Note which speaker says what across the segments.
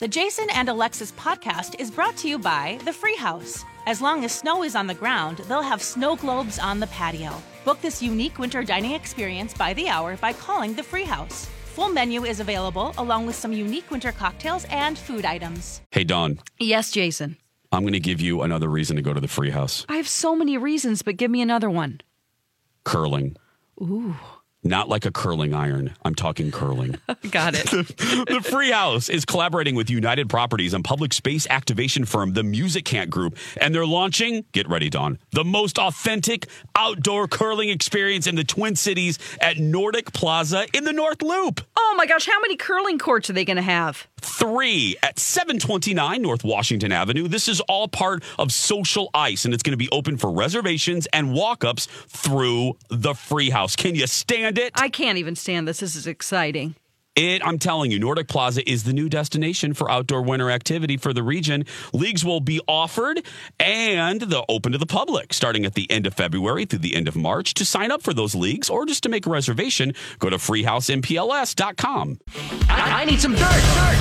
Speaker 1: The Jason and Alexis podcast is brought to you by The Free House. As long as snow is on the ground, they'll have snow globes on the patio. Book this unique winter dining experience by the hour by calling The Free House. Full menu is available along with some unique winter cocktails and food items.
Speaker 2: Hey, Don,
Speaker 3: Yes, Jason.
Speaker 2: I'm going to give you another reason to go to the free house
Speaker 3: I have so many reasons, but give me another one.
Speaker 2: curling.
Speaker 3: Ooh,
Speaker 2: Not like a curling iron. I'm talking curling.
Speaker 3: got it.
Speaker 2: the Free House is collaborating with United Properties and public space activation firm, the Music Can't Group, and they're launching, get ready, Don, the most authentic outdoor curling experience in the Twin Cities at Nordic Plaza in the North Loop.
Speaker 3: oh my gosh, how many curling courts are they going to have?
Speaker 2: three at 729 North Washington Avenue. This is all part of Social Ice, and it's going to be open for reservations and walk ups through the free house. Can you stand it?
Speaker 3: I can't even stand this. This is exciting.
Speaker 2: It, I'm telling you, Nordic Plaza is the new destination for outdoor winter activity for the region. Leagues will be offered and they're open to the public starting at the end of February through the end of March. To sign up for those leagues or just to make a reservation, go to freehousempls.com.
Speaker 4: I, I need some dirt.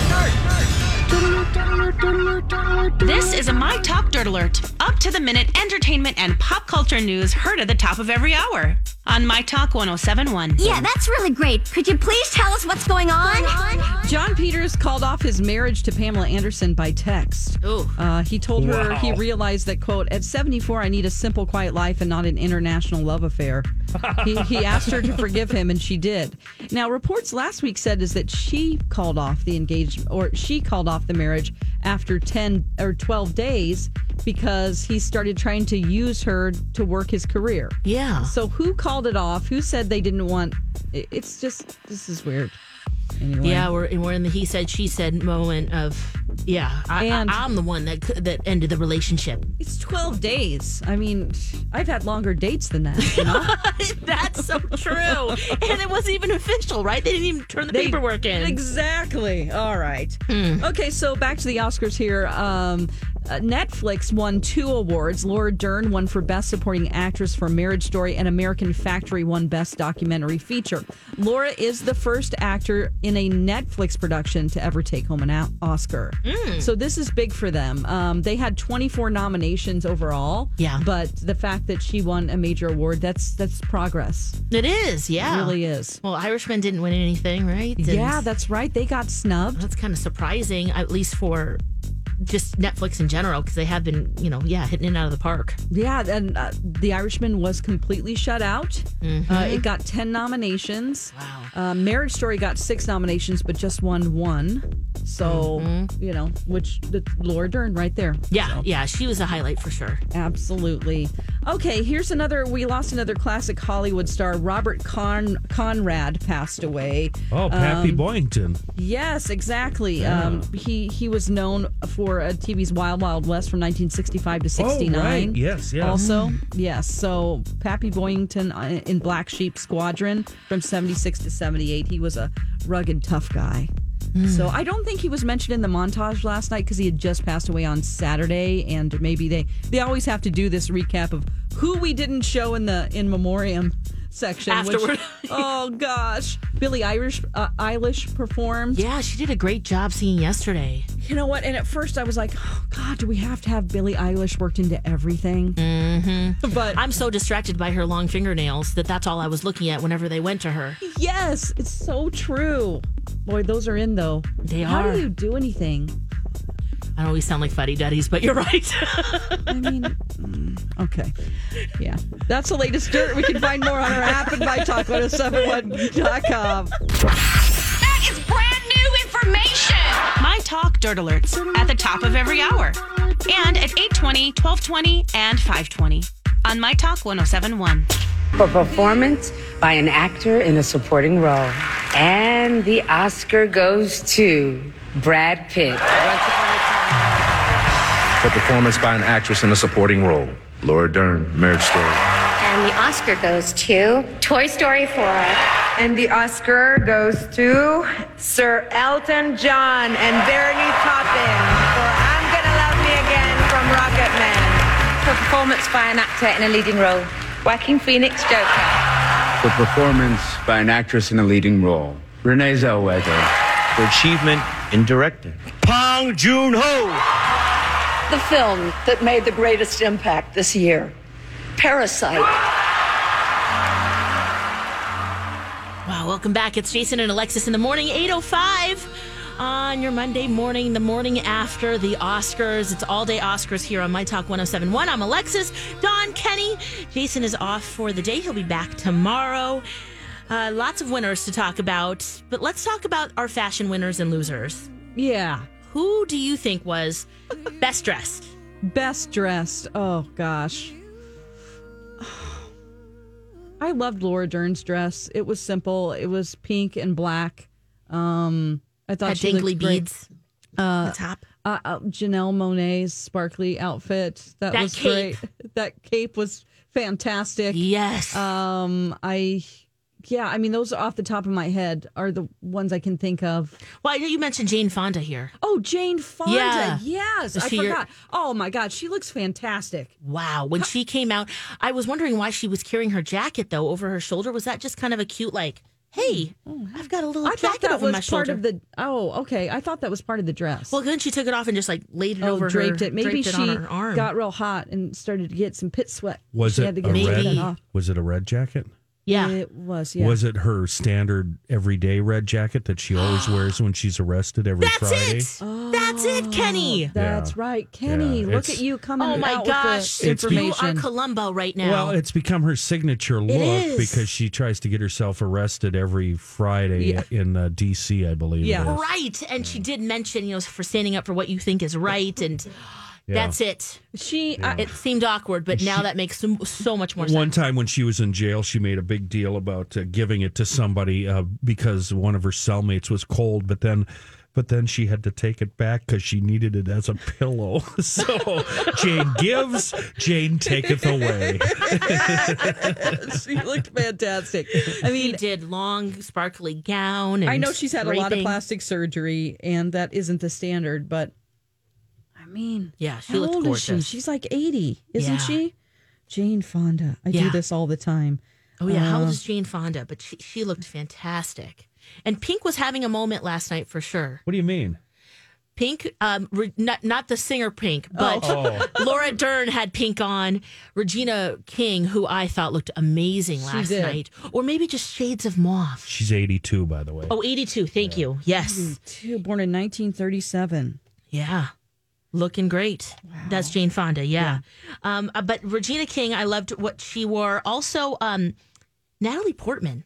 Speaker 1: This is a My Talk Dirt Alert. Up to the minute entertainment and pop culture news heard at the top of every hour on My Talk 1071.
Speaker 5: Yeah, that's really great. Could you please tell us what's going on?
Speaker 3: John Peters called off his marriage to Pamela Anderson by text.
Speaker 1: Ooh.
Speaker 3: Uh, he told her he realized that, quote, at 74, I need a simple, quiet life and not an international love affair. he, he asked her to forgive him, and she did. Now, reports last week said is that she called off the engagement, or she called off the marriage after 10 or 12 days because he started trying to use her to work his career.
Speaker 4: Yeah.
Speaker 3: So who called it off? Who said they didn't want? it- It's just, this is weird. Anyway.
Speaker 4: Yeah, we're, and we're in the he said, she said moment of, yeah, I,
Speaker 3: And-
Speaker 4: I, I'm the one that c- that ended the relationship.
Speaker 3: It's 12 days. I mean, I've had longer dates than that. You know?
Speaker 4: That's so true. and it wasn't even official, right? They didn't even turn the
Speaker 3: They-
Speaker 4: paperwork in. Hmm.
Speaker 3: Exactly. All right. Okay, so back to the Oscars here. Um, uh, Netflix won two awards. Laura Dern won for Best Supporting Actress for Marriage Story, and American Factory won Best Documentary Feature. Laura is the first actor in a Netflix production to ever take home an o- Oscar.
Speaker 4: Hmm.
Speaker 3: So this is big for them. Um, they had 24 nominations overall.
Speaker 4: Yeah.
Speaker 3: But the fact that she won a major award, that's that's progress.
Speaker 4: it is, yeah.
Speaker 3: It really is.
Speaker 4: Well, Irishman didn't win anything, right? And
Speaker 3: Yeah, that's right. They got snubbed.
Speaker 4: that's kind of surprising, at least for just Netflix in general, because they have been, you know, yeah, hitting it out of the park.
Speaker 3: Yeah, and uh, The Irishman was completely shut out. Uh, it got 10 nominations. Wow. Uh, Marriage Story got six nominations, but just won one. So, you know, which the Laura Dern right there.
Speaker 4: Yeah, yeah, she was a highlight for sure.
Speaker 3: Absolutely. Okay, here's another. We lost another classic Hollywood star. Robert Con- Conrad passed away. Um,
Speaker 6: Oh, Pappy Boyington.
Speaker 3: Yes, exactly. Um, he he was known for uh, TV's Wild Wild West from 1965 to 69.
Speaker 6: Oh, right. Yes, yes. Mm-hmm.
Speaker 3: Also, yes. So Pappy Boyington uh, in Black Sheep Squadron from 76 to 78. He was a rugged, tough guy.
Speaker 6: Mm.
Speaker 3: So I don't think he was mentioned in the montage last night because he had just passed away on Saturday, and maybe they they always have to do this recap of who we didn't show in the in memoriam section which-
Speaker 4: Afterward.
Speaker 3: oh gosh, Billie Irish uh, Eilish performed.
Speaker 4: Yeah, she did a great job singing yesterday.
Speaker 3: You know what? And at first I was like, oh God, do we have to have Billie Eilish worked into everything? Mm-hmm. But
Speaker 4: I'm so distracted by her long fingernails that that's all I was looking at whenever they went to her.
Speaker 3: yes, it's so true. Boy, those are in though.
Speaker 4: They
Speaker 3: How
Speaker 4: are.
Speaker 3: do you do anything?
Speaker 4: I don't always sound like fuddy duddies, but you're right.
Speaker 3: I mean, mm, okay. Yeah. That's the latest dirt. We can find more on our app and by talk1071.com.
Speaker 7: That is brand new information.
Speaker 1: My Talk Dirt Alerts at the top of every hour and at 820, 1220, and 520 on My Talk 1071.
Speaker 8: for performance by an actor in a supporting role. And the Oscar goes to Brad Pitt.
Speaker 9: for performance by an actress in a supporting role. Laura Dern, Marriage Story.
Speaker 7: And the Oscar goes to Toy Story 4.
Speaker 8: And the Oscar goes to Sir Elton John and Bernie Taupin for I'm Gonna Love Me Again from Rocket Man. For performance by an actor in a leading role, Joaquin Phoenix Joker.
Speaker 9: For performance by an actress in a leading role. Renee Zellweger. For achievement in directing. Pong Joon Ho.
Speaker 8: The film that made the greatest impact this year, Parasite.
Speaker 4: Wow, welcome back. It's Jason and Alexis in the morning, 8.05 on your Monday morning, the morning after the Oscars. It's all day Oscars here on My Talk 1071. I'm Alexis, Don Kenny. Jason is off for the day. He'll be back tomorrow. Uh, lots of winners to talk about, but let's talk about our fashion winners and losers.
Speaker 3: Yeah.
Speaker 4: Who do you think was best dressed?
Speaker 3: Best dressed. Oh gosh. I loved Laura Dern's dress. It was simple. It was pink and black. Um I thought
Speaker 4: Had
Speaker 3: she looked
Speaker 4: dangly
Speaker 3: great.
Speaker 4: beads on the top.
Speaker 3: Uh, uh, Janelle Monet's sparkly outfit. That,
Speaker 4: That
Speaker 3: was
Speaker 4: cape.
Speaker 3: great. That cape was fantastic.
Speaker 4: Yes.
Speaker 3: Um I yeah, I mean those off the top of my head are the ones I can think of.
Speaker 4: well, I know you mentioned Jane Fonda here.
Speaker 3: Oh, Jane Fonda.
Speaker 4: Yeah.
Speaker 3: Yes,
Speaker 4: Is
Speaker 3: I
Speaker 4: she your-
Speaker 3: forgot. Oh my god, she looks fantastic.
Speaker 4: Wow. When she came out, I was wondering why she was carrying her jacket though over her shoulder. Was that just kind of a cute like, hey, I've got a little
Speaker 3: Mm-hmm. I thought
Speaker 4: jacket
Speaker 3: that
Speaker 4: over
Speaker 3: was
Speaker 4: my
Speaker 3: part
Speaker 4: shoulder.
Speaker 3: of the. Oh, okay. I thought that was part of the dress.
Speaker 4: well, then she took it off and just like laid it
Speaker 3: oh,
Speaker 4: over
Speaker 3: draped
Speaker 4: her,
Speaker 3: it. Maybe
Speaker 4: draped
Speaker 3: she
Speaker 4: it on her arm.
Speaker 3: got real hot and started to get some pit sweat.
Speaker 6: Was
Speaker 3: she
Speaker 6: it
Speaker 3: had to get
Speaker 6: a
Speaker 3: that
Speaker 4: red?
Speaker 3: off.
Speaker 6: red? Was it a red jacket?
Speaker 4: yeah.
Speaker 3: It was. Yeah.
Speaker 6: Was it her standard everyday red jacket that she always wears when she's arrested every
Speaker 4: That's
Speaker 6: Friday?
Speaker 4: it. That's it, Kenny.
Speaker 3: Oh, That's
Speaker 6: Yeah.
Speaker 3: right, Kenny.
Speaker 6: Yeah,
Speaker 3: look
Speaker 6: it's-
Speaker 3: at you Oh, coming.
Speaker 4: Oh my
Speaker 3: out
Speaker 4: gosh.
Speaker 3: With the
Speaker 4: You are
Speaker 3: information.
Speaker 4: Columbo right now.
Speaker 6: Well, it's become her signature look
Speaker 4: is.
Speaker 6: because she tries to get herself arrested every Friday
Speaker 3: Yeah.
Speaker 6: in uh, D.C., I believe. it
Speaker 3: Yeah.
Speaker 6: is.
Speaker 4: right. And she did mention, you know, for standing up for what you think is right and that's it.
Speaker 3: she. I,
Speaker 4: It seemed awkward, but now that makes so, so much more sense.
Speaker 6: One time when she was in jail, she made a big deal about uh, giving it to somebody uh, because one of her cellmates was cold, but then. But then she had to take it back because she needed it as a pillow. So Jane gives, Jane taketh away.
Speaker 3: she looked fantastic. I
Speaker 4: She
Speaker 3: mean,
Speaker 4: did long, sparkly gown. And
Speaker 3: I know she's had a lot of
Speaker 4: draping.
Speaker 3: plastic surgery, and that isn't the standard. But I mean,
Speaker 4: Yeah, she
Speaker 3: How
Speaker 4: looked
Speaker 3: old
Speaker 4: gorgeous.
Speaker 3: is she? She's like 80, isn't
Speaker 4: Yeah.
Speaker 3: she? Jane Fonda. I do
Speaker 4: Yeah.
Speaker 3: this all the time.
Speaker 4: Oh yeah,
Speaker 3: Uh-huh.
Speaker 4: how old is Jane Fonda? But she, she looked fantastic. And Pink was having a moment last night for sure.
Speaker 6: What do you mean?
Speaker 4: Pink, um, re- not not the singer Pink, but Laura Dern had Pink on. Regina King, who I thought looked amazing last
Speaker 3: did.
Speaker 4: night, or maybe just shades of mauve.
Speaker 6: She's 82, by the way.
Speaker 4: Oh, 82, Thank you. Yes,
Speaker 3: Two, born in 1937.
Speaker 4: yeah, looking great. That's Jane Fonda. Yeah, Um, uh, but Regina King, I loved what she wore. Also, um, Natalie Portman.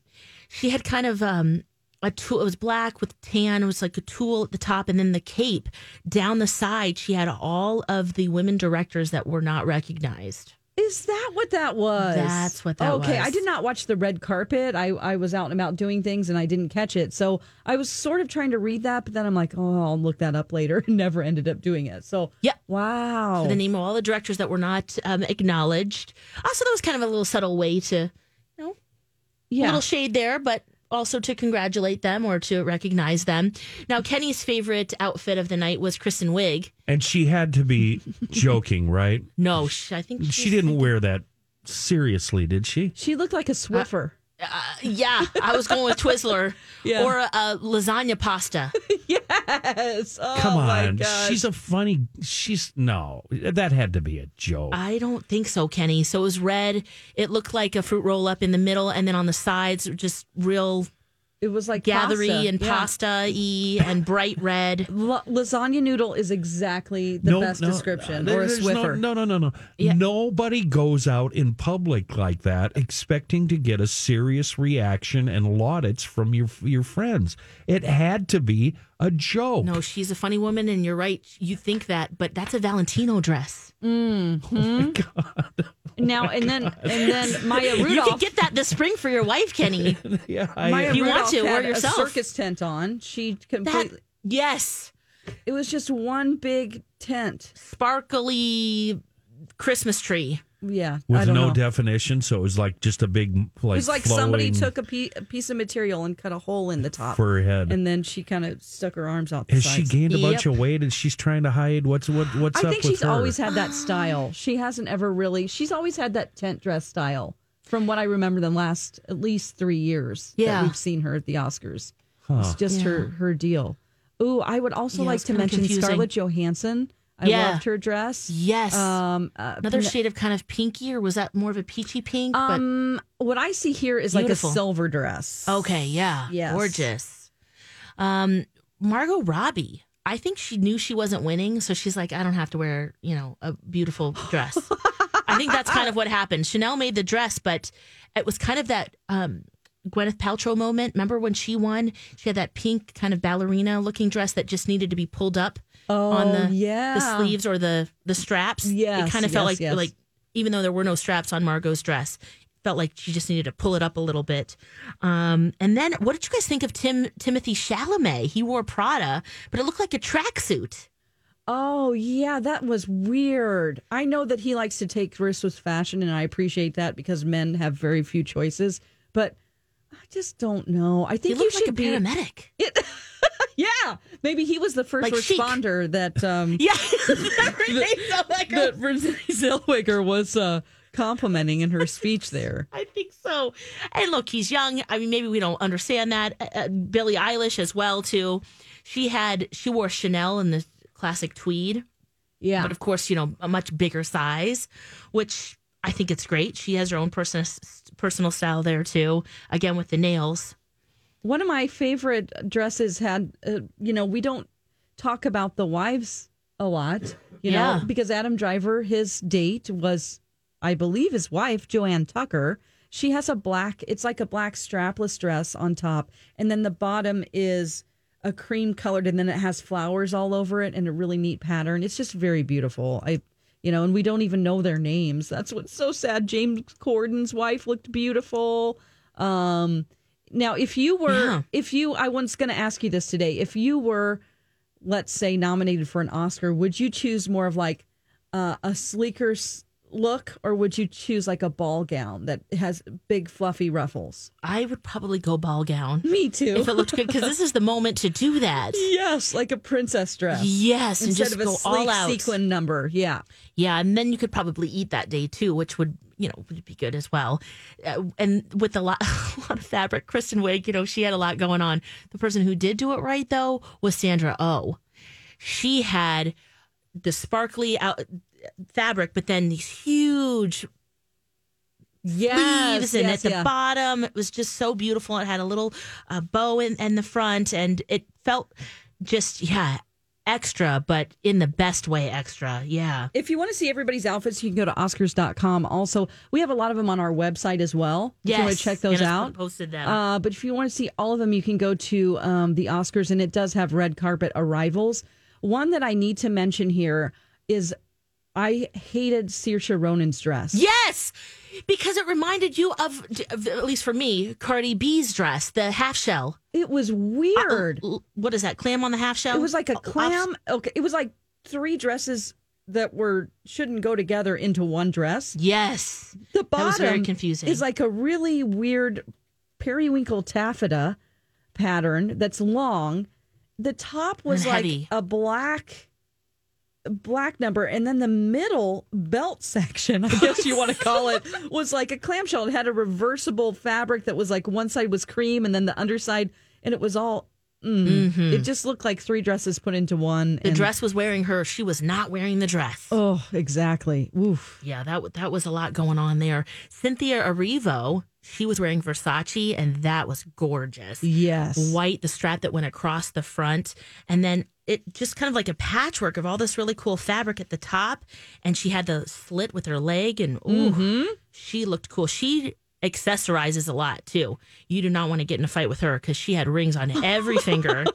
Speaker 4: She had kind of um a tool. It was black with tan. It was like a tool at the top, and then the cape down the side. She had all of the women directors that were not recognized.
Speaker 3: Is that what that was?
Speaker 4: That's what that
Speaker 3: okay, I
Speaker 4: was.
Speaker 3: did not watch the red carpet. I, I was out and about doing things and I didn't catch it. So I was sort of trying to read that, but then I'm like, oh, I'll look that up later and never ended up doing it. So,
Speaker 4: Yeah.
Speaker 3: Wow.
Speaker 4: The name of all the directors that were not um, acknowledged. Also, that was kind of a little subtle way to
Speaker 3: yeah.
Speaker 4: little shade there, but also to congratulate them or to recognize them. Now, Kenny's favorite outfit of the night was Kristen Wiig.
Speaker 6: And she had to be joking, right?
Speaker 4: No, she, I think
Speaker 6: She
Speaker 4: she's-
Speaker 6: didn't wear that seriously, did she?
Speaker 3: she looked like a
Speaker 4: Uh,
Speaker 3: Swiffer.
Speaker 4: Yeah, I was going with Twizzler
Speaker 3: Yeah.
Speaker 4: or a, a lasagna pasta.
Speaker 3: yes. Oh,
Speaker 6: Come
Speaker 3: my
Speaker 6: on.
Speaker 3: gosh.
Speaker 6: She's a funny. She's. No, that had to be a joke.
Speaker 4: I don't think so, Kenny. So it was red. It looked like a fruit roll up in the middle, and then on the sides, just real
Speaker 3: It was like
Speaker 4: Gathery
Speaker 3: pasta.
Speaker 4: and
Speaker 3: Yeah.
Speaker 4: pasta e and bright red.
Speaker 3: La- lasagna noodle is exactly the best description,
Speaker 6: uh,
Speaker 3: or a
Speaker 6: there's no-
Speaker 3: Swiffer.
Speaker 6: No, no, no, no.
Speaker 4: Yeah.
Speaker 6: Nobody goes out in public like that expecting to get a serious reaction and laudits from your your friends. It had to be a joke.
Speaker 4: No, she's a funny woman, and you're right. You think that, but that's a Valentino dress.
Speaker 3: Now and then, and then Maya Rudolph.
Speaker 4: Oh You could get that this spring for your wife, Kenny.
Speaker 6: yeah,
Speaker 3: Maya
Speaker 4: if you want
Speaker 3: Rudolph
Speaker 4: to, or
Speaker 3: had
Speaker 4: yourself.
Speaker 3: A circus tent on. She
Speaker 4: that
Speaker 3: completely.
Speaker 4: yes,
Speaker 3: It was just one big tent.
Speaker 4: sparkly Christmas tree.
Speaker 3: Yeah, I
Speaker 6: with
Speaker 3: don't
Speaker 6: no
Speaker 3: know.
Speaker 6: definition, so it was like just a big like.
Speaker 3: It was like somebody
Speaker 6: flowing
Speaker 3: took a, pe- a piece of material and cut a hole in the top,
Speaker 6: for her head.
Speaker 3: and then she kind of stuck her arms out. The
Speaker 6: Has she
Speaker 3: sides.
Speaker 6: gained a bunch
Speaker 4: Yep.
Speaker 6: of weight and she's trying to hide what's what what's
Speaker 3: I
Speaker 6: up
Speaker 3: think
Speaker 6: with
Speaker 3: she's
Speaker 6: her?
Speaker 3: always had that style. She hasn't ever really. She's always had that tent dress style, from what I remember. The last at least three years
Speaker 4: Yeah.
Speaker 3: that we've seen her at the Oscars. It's just her her deal. Ooh, I would also
Speaker 4: Yeah,
Speaker 3: like
Speaker 4: it's
Speaker 3: to
Speaker 4: kinda
Speaker 3: mention
Speaker 4: confusing.
Speaker 3: Scarlett Johansson. I
Speaker 4: Yeah.
Speaker 3: loved her dress.
Speaker 4: Yes.
Speaker 3: Um, uh,
Speaker 4: Another shade of kind of pinky, or was that more of a peachy pink?
Speaker 3: um, what I see here is
Speaker 4: Beautiful.
Speaker 3: like a silver dress.
Speaker 4: but okay, yeah,
Speaker 3: yes.
Speaker 4: gorgeous. Um, Margot Robbie. I think she knew she wasn't winning, so she's like, I don't have to wear, you know, a beautiful dress. I think that's kind of what happened. Chanel made the dress, but it was kind of that um, Gwyneth Paltrow moment. Remember when she won? She had that pink kind of ballerina looking dress that just needed to be pulled up on
Speaker 3: Oh,
Speaker 4: the
Speaker 3: yeah.
Speaker 4: the sleeves or the the straps.
Speaker 3: Yes,
Speaker 4: it kind of felt
Speaker 3: yes,
Speaker 4: like
Speaker 3: yes.
Speaker 4: like even though there were no straps on Margot's dress, it felt like she just needed to pull it up a little bit. Um, and then, what did you guys think of Tim Timothy Chalamet? He wore Prada, but it looked like a tracksuit.
Speaker 3: Oh yeah, that was weird. I know that he likes to take risks with fashion, and I appreciate that because men have very few choices. But I just don't know. I
Speaker 4: He
Speaker 3: think you
Speaker 4: looked like
Speaker 3: should
Speaker 4: a
Speaker 3: be.
Speaker 4: paramedic.
Speaker 3: Yeah, maybe he was the first
Speaker 4: Like chic.
Speaker 3: responder that um,
Speaker 4: Yeah, I
Speaker 3: that Renee Zellweger was uh, complimenting in her speech there.
Speaker 4: think so. And look, he's young. I mean, maybe we don't understand that. Uh, uh, Billie Eilish as well too. She had she wore Chanel in the classic tweed.
Speaker 3: Yeah,
Speaker 4: but of course, you know, a much bigger size, which I think it's great. She has her own person, personal style there too. Again, with the nails.
Speaker 3: one of my favorite dresses had uh, you know we don't talk about the wives a lot you
Speaker 4: Yeah.
Speaker 3: know because adam driver his date was i believe his wife joanne tucker she has a black it's like a black strapless dress on top and then the bottom is a cream colored and then it has flowers all over it and a really neat pattern it's just very beautiful i you know and we don't even know their names that's what's so sad james corden's wife looked beautiful um now, if you were,
Speaker 4: Yeah.
Speaker 3: if you, I was going to ask you this today. If you were, let's say, nominated for an Oscar, would you choose more of like uh, a sleeker s- look, or would you choose like a ball gown that has big fluffy ruffles?
Speaker 4: I would probably go ball gown
Speaker 3: Me too.
Speaker 4: if it looked good because this is the moment to do that.
Speaker 3: yes, like a princess dress.
Speaker 4: Yes, and
Speaker 3: Instead
Speaker 4: just
Speaker 3: of a
Speaker 4: go
Speaker 3: sleek
Speaker 4: all out.
Speaker 3: sequin number, yeah.
Speaker 4: Yeah, and then you could probably eat that day too, which would you know would be good as well. Uh, and with a lot, a lot of fabric, Kristen Wiig, you know, she had a lot going on. The person who did do it right though was Sandra Oh. She had the sparkly out, fabric, but then these huge
Speaker 3: Yes,
Speaker 4: leaves and
Speaker 3: yes,
Speaker 4: at the
Speaker 3: yeah.
Speaker 4: bottom it was just so beautiful it had a little uh, bow in, in the front and it felt just yeah extra but in the best way extra yeah
Speaker 3: If you want to see everybody's outfits, you can go to Oscars.com. Also, we have a lot of them on our website as well. If you want to check those
Speaker 4: Anna's
Speaker 3: out.
Speaker 4: posted them
Speaker 3: Uh, but if you want to see all of them, you can go to um, the Oscars, and it does have red carpet arrivals. One that I need to mention here is I hated Saoirse Ronan's dress.
Speaker 4: yes because it reminded you of, of at least for me Cardi B's dress the half shell Uh,
Speaker 3: it was weird.
Speaker 4: L- what is that clam on the half shell
Speaker 3: It was like a
Speaker 4: Oh, off-
Speaker 3: clam. Okay, it was like three dresses that were shouldn't go together into one dress.
Speaker 4: yes
Speaker 3: The
Speaker 4: That
Speaker 3: bottom
Speaker 4: was very confusing.
Speaker 3: is like a really weird periwinkle taffeta pattern that's long. The top was
Speaker 4: And
Speaker 3: like
Speaker 4: heavy.
Speaker 3: a black black number and then the middle belt section i guess you want to call it was like a clamshell it had a reversible fabric that was like one side was cream and then the underside and it was all mm. It just looked like three dresses put into one.
Speaker 4: Mm-hmm. The dress was wearing her. She was not wearing the dress.
Speaker 3: Oh, exactly. Woof.
Speaker 4: Yeah, that w- that was a lot going on there. Cynthia Arrivo, she was wearing Versace, and that was gorgeous.
Speaker 3: Yes.
Speaker 4: White, the strap that went across the front, and then it just kind of like a patchwork of all this really cool fabric at the top, and she had the slit with her leg, and ooh,
Speaker 3: Mm-hmm.
Speaker 4: she looked cool. She accessorizes a lot too. You do not want to get in a fight with her because she had rings on every finger.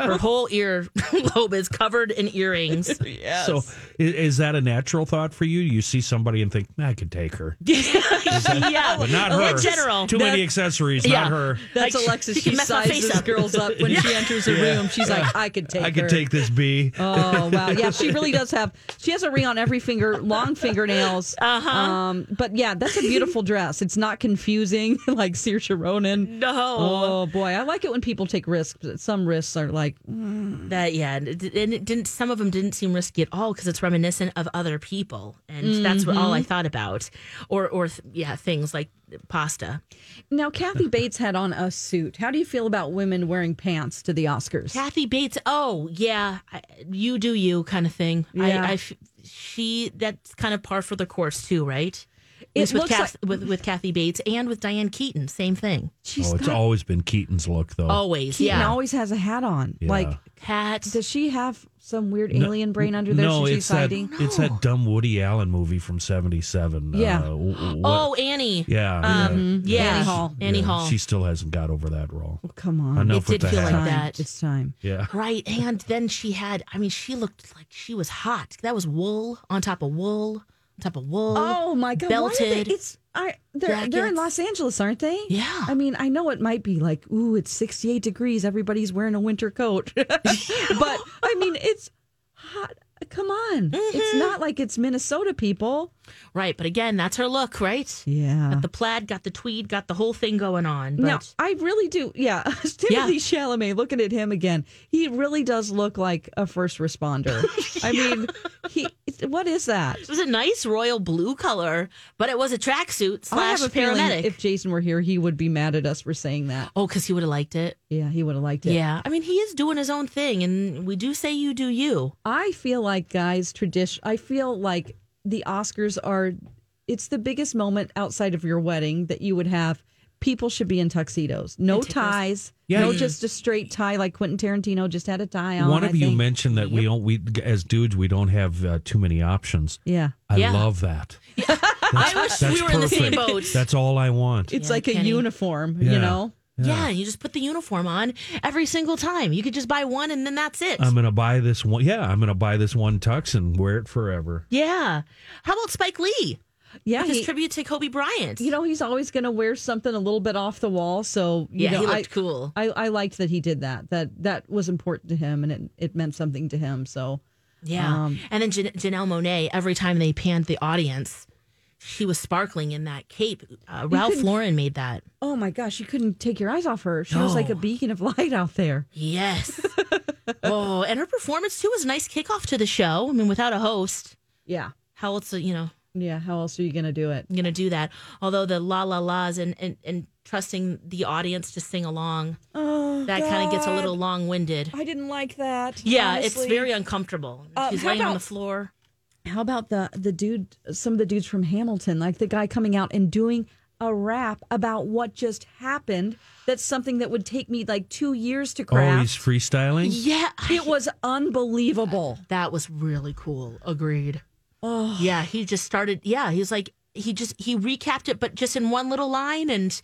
Speaker 4: her whole ear lobe is covered in earrings.
Speaker 6: So i- is that a natural thought for you? You see somebody and think, I could take her.
Speaker 4: yeah,
Speaker 6: But not her.
Speaker 4: In general,
Speaker 6: Too many accessories,
Speaker 4: yeah.
Speaker 6: not her.
Speaker 3: That's
Speaker 4: Like,
Speaker 3: Alexis.
Speaker 4: she
Speaker 3: She,
Speaker 4: can mess my face
Speaker 3: sizes
Speaker 4: up.
Speaker 3: girls up when she enters a room. She's like, I could take
Speaker 6: I
Speaker 3: her.
Speaker 6: could take this bee.
Speaker 3: Oh wow! Yeah, she really does have. She has a ring on every finger, long fingernails. Uh-huh. Um, but yeah, that's a beautiful dress. It's not confusing like Saoirse Ronan.
Speaker 4: No.
Speaker 3: Oh boy, I like it when people take risks. But some risks are like,
Speaker 4: That yeah, and it, di- and it didn't. Some of them didn't seem risky at all because it's reminiscent of other people, and that's what all
Speaker 3: Mm-hmm.
Speaker 4: I thought about. Or or th- yeah, things like pasta.
Speaker 3: now Kathy Bates had on a suit. How do you feel about women wearing pants to the Oscars?
Speaker 4: Kathy Bates. Oh yeah, I, you do you kind of thing.
Speaker 3: Yeah.
Speaker 4: I, I f- she that's kind of par for the course too, right?
Speaker 3: It
Speaker 4: It's with,
Speaker 3: looks
Speaker 4: Kath, with with Kathy Bates and with Diane Keaton, same thing.
Speaker 3: She's
Speaker 6: oh, it's
Speaker 3: not-
Speaker 6: always been Keaton's look, though.
Speaker 4: Always,
Speaker 3: Keaton
Speaker 4: yeah.
Speaker 3: always has a hat on. Like,
Speaker 4: Cat.
Speaker 3: does she have some weird
Speaker 6: No-
Speaker 3: alien brain under there?
Speaker 6: No,
Speaker 3: since she's
Speaker 6: it's that,
Speaker 3: fighting.
Speaker 6: it's that dumb Woody Allen movie from 77.
Speaker 3: Yeah.
Speaker 6: w- w- what-
Speaker 4: Oh, Annie.
Speaker 6: yeah.
Speaker 4: Um, yeah.
Speaker 3: Annie Hall.
Speaker 4: Annie
Speaker 6: yeah.
Speaker 4: Hall.
Speaker 6: She still hasn't got over that role.
Speaker 3: Come on.
Speaker 4: It
Speaker 6: Enough
Speaker 4: did
Speaker 6: with the
Speaker 4: feel
Speaker 6: hat.
Speaker 4: like that.
Speaker 3: It's time.
Speaker 6: Yeah.
Speaker 4: Right. And then she had, I mean, she looked like she was hot. That was wool on top of wool, on top of wool.
Speaker 3: Oh my god! why are they-
Speaker 4: Belted.
Speaker 3: it's I, they're they're in
Speaker 4: jackets.
Speaker 3: Los Angeles, aren't they?
Speaker 4: Yeah.
Speaker 3: I mean, I know it might be like, ooh, it's sixty eight degrees. Everybody's wearing a winter coat, but I mean, it's hot. Come on, it's
Speaker 4: Mm-hmm.
Speaker 3: not like it's Minnesota people.
Speaker 4: Right. But again, that's her look, right?
Speaker 3: Yeah.
Speaker 4: Got the plaid, got the tweed, got the whole thing going on. But
Speaker 3: No, I really do. Yeah, Timothy
Speaker 4: Yeah.
Speaker 3: Chalamet. Looking at him again, he really does look like a first responder. I mean, he. What is that?
Speaker 4: it was a nice royal blue color, but it was a tracksuit slash
Speaker 3: feeling
Speaker 4: paramedic.
Speaker 3: if Jason were here, he would be mad at us for saying that.
Speaker 4: oh, because he would have liked it.
Speaker 3: Yeah, he would have liked it.
Speaker 4: Yeah. I mean, he is doing his own thing, and we do say you do you.
Speaker 3: I feel like guys tradition I feel like the Oscars are it's the biggest moment outside of your wedding that you would have. People should be in tuxedos. No ties.
Speaker 6: Yeah,
Speaker 3: no
Speaker 6: you-
Speaker 3: just a straight tie like Quentin Tarantino just had a tie on.
Speaker 6: One
Speaker 3: I
Speaker 6: of you
Speaker 3: think.
Speaker 6: mentioned that we don't, we as dudes, we don't have uh, too many options.
Speaker 3: Yeah.
Speaker 6: I
Speaker 4: Yeah.
Speaker 6: love that.
Speaker 4: I wish we
Speaker 6: That's
Speaker 4: were in the same
Speaker 6: perfect.
Speaker 4: boat.
Speaker 6: That's all I want.
Speaker 3: It's
Speaker 4: Yeah,
Speaker 3: like a
Speaker 4: Kenny.
Speaker 3: uniform, you
Speaker 6: Yeah.
Speaker 3: know.
Speaker 4: yeah, you just put the uniform on every single time. You could just buy one, and then that's it.
Speaker 3: Um,
Speaker 6: I'm gonna buy this one. Yeah, I'm gonna buy this one tux and wear it forever.
Speaker 4: Yeah. How about Spike Lee?
Speaker 3: Yeah,
Speaker 4: His
Speaker 3: he-
Speaker 4: tribute to Kobe Bryant.
Speaker 3: you know he's always going to wear something a little bit off the wall, so you
Speaker 4: Yeah,
Speaker 3: know,
Speaker 4: he looked
Speaker 3: I,
Speaker 4: cool.
Speaker 3: I, I liked that he did that. That that was important to him, and it, it meant something to him. So
Speaker 4: yeah.
Speaker 3: um,
Speaker 4: and then Jan- Janelle Monet, every time they panned the audience, she was sparkling in that cape. Uh, Ralph
Speaker 3: could-
Speaker 4: Lauren made that.
Speaker 3: Oh my gosh, you couldn't take your eyes off her. She was like a
Speaker 4: No.
Speaker 3: beacon of light out there.
Speaker 4: Yes. oh, and her performance too was a nice kickoff to the show. I mean, without a host,
Speaker 3: Yeah.
Speaker 4: how else, you know,
Speaker 3: Yeah. How else are you going to do it?
Speaker 4: going to do that? Although the la la la's and, and, and trusting the audience to sing along,
Speaker 3: Oh,
Speaker 4: that kind of gets a little long winded.
Speaker 3: I didn't like that.
Speaker 4: Yeah, it's very uncomfortable.
Speaker 3: Uh,
Speaker 4: She's
Speaker 3: how
Speaker 4: laying on the
Speaker 3: about-
Speaker 4: floor.
Speaker 3: How about the the dude? Some of the dudes from Hamilton, like the guy coming out and doing a rap about what just happened. That's something that would take me like two years to
Speaker 6: Oh, he's
Speaker 3: craft.
Speaker 6: freestyling.
Speaker 4: Yeah.
Speaker 3: it was unbelievable.
Speaker 4: That was really cool. Agreed. Oh. Yeah, he just started. Yeah, he was like, he just, he recapped it, but just in one little line. And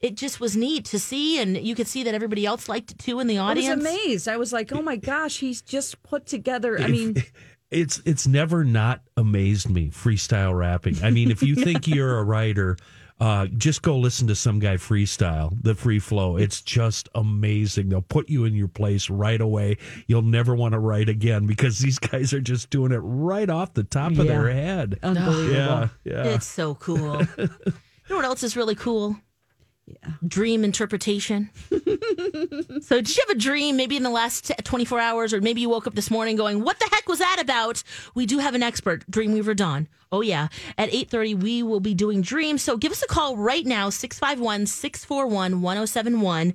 Speaker 4: it just was neat to see. And you could see that everybody else liked it too in the
Speaker 3: I was
Speaker 4: audience.
Speaker 3: amazed. I was like, oh my gosh, he's just put together. I mean,
Speaker 6: it's it's never not amazed me freestyle rapping. I mean, if you think you're a writer, uh, just go listen to some guy freestyle the free flow. It's just amazing. They'll put you in your place right away. You'll never want to write again because these guys are just doing it right off the top of their head.
Speaker 3: unbelievable.
Speaker 6: Yeah, yeah.
Speaker 4: It's so cool. you know what else is really cool? Yeah. Dream interpretation. so, did you have a dream maybe in the last t- 24 hours, or maybe you woke up this morning going, "What the heck was that about?" We do have an expert, Dreamweaver Dawn. Oh yeah, at 8:30 we will be doing dreams. So, give us a call oh right now, 651-641-1071.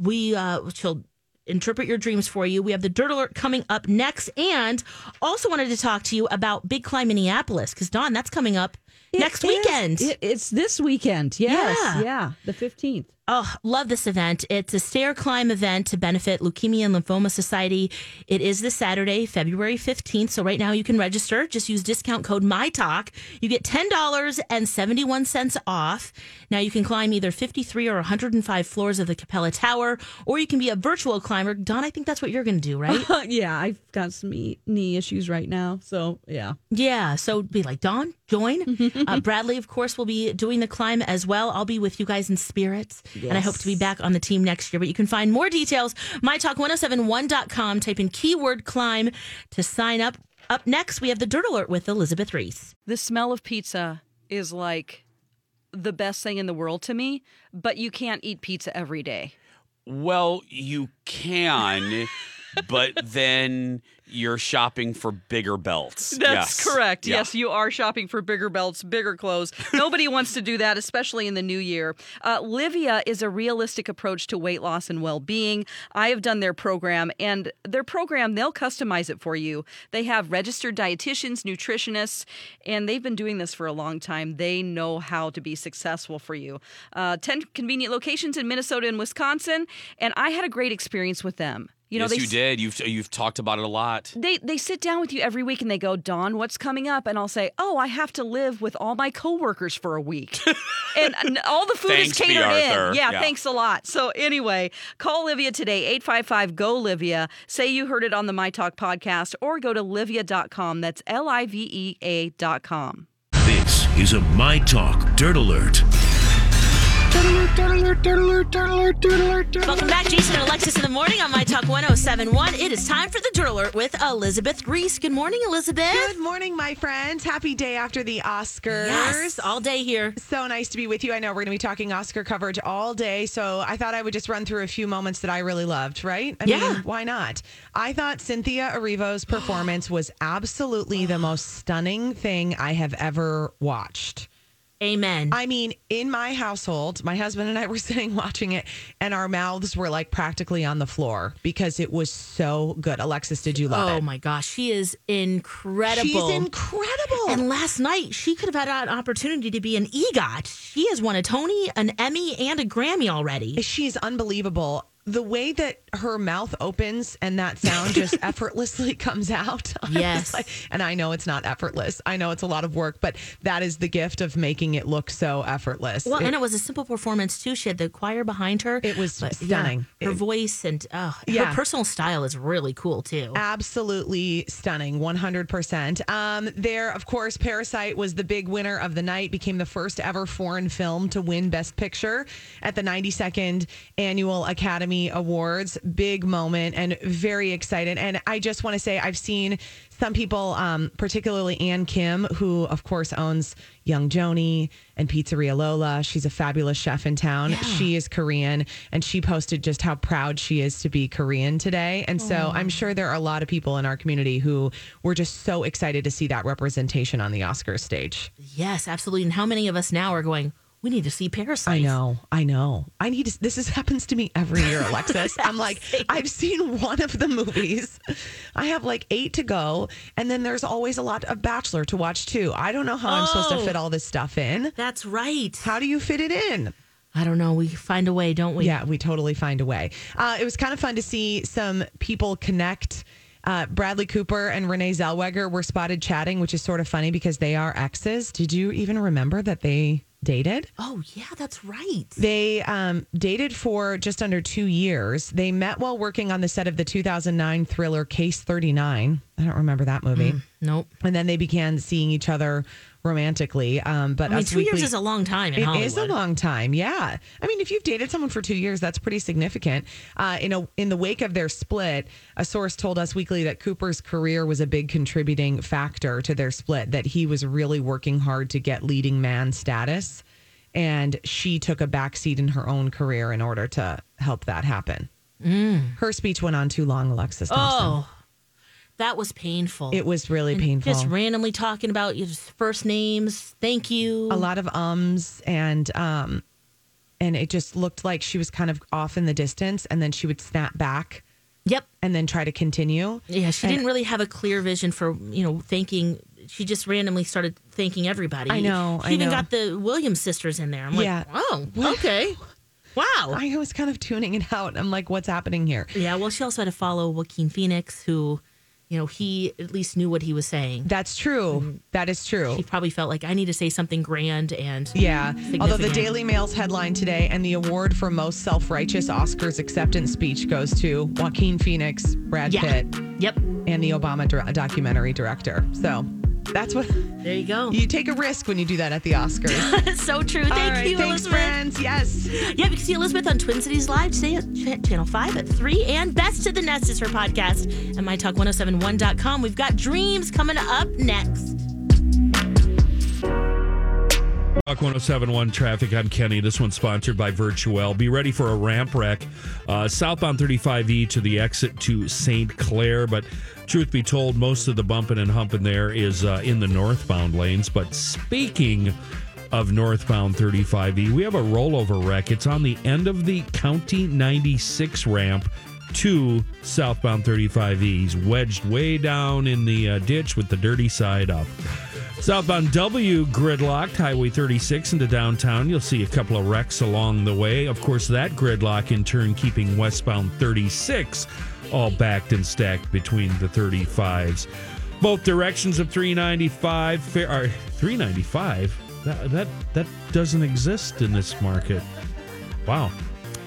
Speaker 4: We uh, she'll interpret your dreams for you. We have the Dirt Alert coming up next, and also wanted to talk to you about Big Climb Minneapolis because Don, that's coming up next
Speaker 10: It is.
Speaker 4: weekend.
Speaker 10: It- it's this weekend. Yes.
Speaker 4: Yeah.
Speaker 10: Yeah. the 15th.
Speaker 4: Oh, love this event. It's a stair climb event to benefit Leukemia and Lymphoma Society. It is this Saturday, February 15th. So right now you can register. Just use discount code MYTALK. You get $10.71 off. Now you can climb either 53 or 105 floors of the Capella Tower, or you can be a virtual climber. Don, I think that's what you're going to do, right?
Speaker 10: yeah, I've got some
Speaker 3: e,
Speaker 10: knee- knee issues right now. So, yeah.
Speaker 4: Yeah, so be like Don, join. uh, Bradley, of course, will be doing the climb as well. I'll be with you guys in spirit, and I hope to be back on the team next year. But you can find more details mytalk1071.com. Type in keyword climb to sign up. Up next, we have the Dirt Alert with Elizabeth Reese.
Speaker 3: The smell of pizza is like the best thing in the world to me, but you can't eat pizza every day.
Speaker 2: Well, you can, but then you're shopping for bigger belts.
Speaker 3: That's
Speaker 2: Yes.
Speaker 3: correct.
Speaker 2: Yeah.
Speaker 3: Yes, you are shopping for bigger belts, bigger clothes. Nobody wants to do that, especially in the new year. Uh, Livia is a realistic approach to weight loss and well being. I have done their program, and their program, they'll customize it for you. They have registered dietitians, nutritionists, and they've been doing this for a long time. They know how to be successful for you. Uh, 10 convenient locations in Minnesota and Wisconsin, and I had a great experience with them. You know,
Speaker 2: yes,
Speaker 3: they
Speaker 2: you did. You've you've talked about it a lot.
Speaker 3: they they sit down with you every week and they go, Don, what's coming up? And I'll say, Oh, I have to live with all my coworkers for a week, and, and all the food
Speaker 2: Thanks,
Speaker 3: is
Speaker 2: B.
Speaker 3: catered
Speaker 2: Arthur.
Speaker 3: in. Yeah,
Speaker 2: Yeah.
Speaker 3: thanks a lot. So anyway, call Livia today, 855 go Livia. Say you heard it on the My Talk podcast, or go to livia.com. That's L I V E A dot com.
Speaker 11: This is a My Talk Dirt Alert.
Speaker 4: Welcome back, Jason and Alexis in the morning on My Talk 1071. It is time for the Dirt Alert with Elizabeth Reese. Good morning, Elizabeth.
Speaker 12: Good morning, my friends. Happy day after the Oscars.
Speaker 4: Yes, all day here.
Speaker 12: So nice to be with you. I know we're going to be talking Oscar coverage all day. So I thought I would just run through a few moments that I really loved, right? I
Speaker 4: Yeah.
Speaker 12: mean, why not? I thought Cynthia Erivo's performance was absolutely the most stunning thing I have ever watched.
Speaker 4: Amen.
Speaker 12: I mean, in my household, my husband and I were sitting watching it, and our mouths were like practically on the floor because it was so good. Alexis, did you love
Speaker 4: oh
Speaker 12: it?
Speaker 4: my gosh, she is incredible.
Speaker 12: She's incredible.
Speaker 4: And last night, she could have had an opportunity to be an EGOT. She has won a Tony, an Emmy, and a Grammy already.
Speaker 12: She's unbelievable. The way that her mouth opens and that sound just effortlessly comes out. I was
Speaker 4: Yes.
Speaker 12: like- and I know it's not effortless. I know it's a lot of work, but that is the gift of making it look so effortless.
Speaker 4: Well, and it was a simple performance too. She had the choir behind her. It was
Speaker 12: stunning.
Speaker 4: her voice and oh,
Speaker 12: Yeah.
Speaker 4: her personal style is really cool too.
Speaker 12: Absolutely stunning, 100%. Um, there, of course, Parasite was the big winner of the night, became the first ever foreign film to win Best Picture at the 92nd Annual Academy Awards. Big moment and very excited. And I just want to say, I've seen some people, um, particularly Ann Kim, who, of course, owns Young Joni and Pizzeria Lola. She's a fabulous chef in town. She is Korean, and she posted just how proud she is to be Korean today. And so
Speaker 13: Aw.
Speaker 12: I'm sure there are a lot of people in our community who were just so excited to see that representation on the Oscars stage.
Speaker 4: Yes, absolutely. And how many of us now are going? We need to see Parasite.
Speaker 12: I know, I know. I need to. This is, happens to me every year, Alexis. I'm like, I've seen one of the movies. I have like eight to go, and then there's always a lot of Bachelor to watch too. I don't know how I'm supposed to
Speaker 4: Oh.
Speaker 12: fit all this stuff in.
Speaker 4: That's right.
Speaker 12: How do you fit it in?
Speaker 4: I don't know. We find a way, don't we?
Speaker 12: Yeah, we totally find a way. Uh, it was kind of fun to see some people connect. Uh, Bradley Cooper and Renee Zellweger were spotted chatting, which is sort of funny because they are exes. Did you even remember that they dated?
Speaker 4: Oh yeah, that's right.
Speaker 12: They um, dated for just under two years. They met while working on the set of the 2009 thriller Case 39. I don't remember that movie.
Speaker 4: Mm, nope.
Speaker 12: And then they began seeing each other romantically. Um, but
Speaker 4: I mean,
Speaker 12: Us
Speaker 4: two years
Speaker 12: Weekly-
Speaker 4: is a long time
Speaker 12: It
Speaker 4: in
Speaker 12: is
Speaker 4: Hollywood.
Speaker 12: a long time, yeah. I mean, if you've dated someone for two years, that's pretty significant. Uh, in a in the wake of their split, a source told Us Weekly that Cooper's career was a big contributing factor to their split. That he was really working hard to get leading man status, and she took a backseat in her own career in order to help that happen. Her speech went on too long, Alexis. Thompson.
Speaker 4: Oh, that was painful.
Speaker 12: It was really
Speaker 4: And
Speaker 12: painful.
Speaker 4: Just randomly talking about your first names. Thank you.
Speaker 12: a lot of um, ums and um and it just looked like she was kind of off in the distance and then she would snap back
Speaker 4: Yep.
Speaker 12: And then try to continue.
Speaker 4: Yeah, she
Speaker 12: And-
Speaker 4: didn't really have a clear vision for you know thanking. She just randomly started thanking everybody.
Speaker 12: I know,
Speaker 4: She
Speaker 12: I
Speaker 4: even
Speaker 12: know.
Speaker 4: got the Williams sisters in there. I'm
Speaker 12: Yeah.
Speaker 4: like, oh, okay, wow.
Speaker 12: I was kind of tuning it out. I'm like, what's happening here?
Speaker 4: Yeah. Well, she also had to follow Joaquin Phoenix, who, you know, he at least knew what he was saying.
Speaker 12: That's
Speaker 4: Mm-hmm.
Speaker 12: true. That is true.
Speaker 4: He probably felt like I need to say something grand and
Speaker 12: Yeah. Although the
Speaker 4: significant."
Speaker 12: Daily Mail's headline today and the award for most self righteous Oscars acceptance speech goes to Joaquin Phoenix, Brad
Speaker 4: Yeah.
Speaker 12: Pitt.
Speaker 4: Yep.
Speaker 12: And the Obama dir- documentary director. So that's what.
Speaker 4: There you go.
Speaker 12: You take a risk when you do that at the Oscars.
Speaker 4: so true. Thank
Speaker 12: right,
Speaker 4: you,
Speaker 12: thanks,
Speaker 4: Elizabeth.
Speaker 12: friends. Yes.
Speaker 4: Yeah, you can see Elizabeth on Twin Cities Live today at ch- Channel 5 at 3. And Best to the Nest is her podcast at mytalk1071.com. We've got dreams coming up next.
Speaker 6: Talk 1071 traffic. I'm Kenny. This one's sponsored by Virtuel. Be ready for a ramp wreck uh, southbound 35E to the exit to St. Clair. But truth be told, most of the bumping and humping there is uh, in the northbound lanes. But speaking of northbound 35E, we have a rollover wreck. It's on the end of the County 96 ramp to southbound 35E. He's wedged way down in the uh, ditch with the dirty side up. Southbound W gridlocked Highway 36 into downtown. You'll see a couple of wrecks along the way. Of course, that gridlock in turn keeping westbound 36 all backed and stacked between the 35s. Both directions of 395 fair, or 395. That, that that doesn't exist in this market. Wow.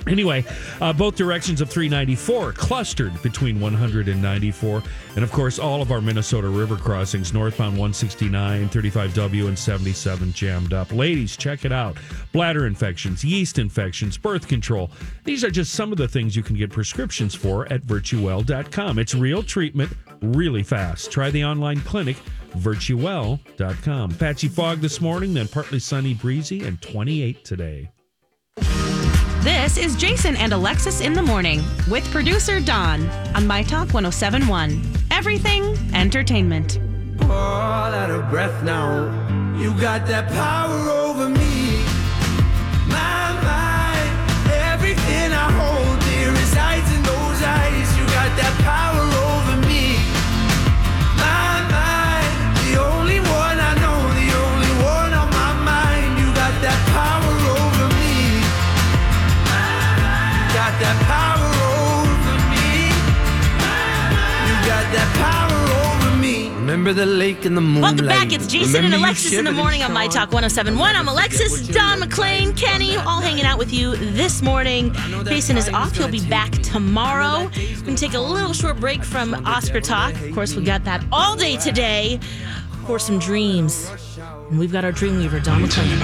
Speaker 6: Anyway, uh, both directions of 394 clustered between 194. And of course, all of our Minnesota river crossings, northbound 169, 35W, and 77 jammed up. Ladies, check it out. Bladder infections, yeast infections, birth control. These are just some of the things you can get prescriptions for at virtuel.com. It's real treatment, really fast. Try the online clinic, virtuel.com. Patchy fog this morning, then partly sunny, breezy, and 28 today.
Speaker 1: This is Jason and Alexis in the Morning with producer Don on My Talk 1071. Everything entertainment.
Speaker 13: all out of breath now. You got that power over me. My mind, everything I hold dear resides in those eyes. You got that power over me. My mind, the only one I know, the only one on my mind. You got that power over me. Got that power over me. You got that power over me. Remember the lake in the moonlight.
Speaker 4: Welcome back. It's Jason and Alexis in the morning on My Talk 1071. I'm Alexis, Don McLean, Kenny, all hanging out with you this morning. Jason is off. He'll be back tomorrow. We can take a little short break from Oscar Talk. Of course, we got that all day today for some dreams. And we've got our dream weaver, Don McLean.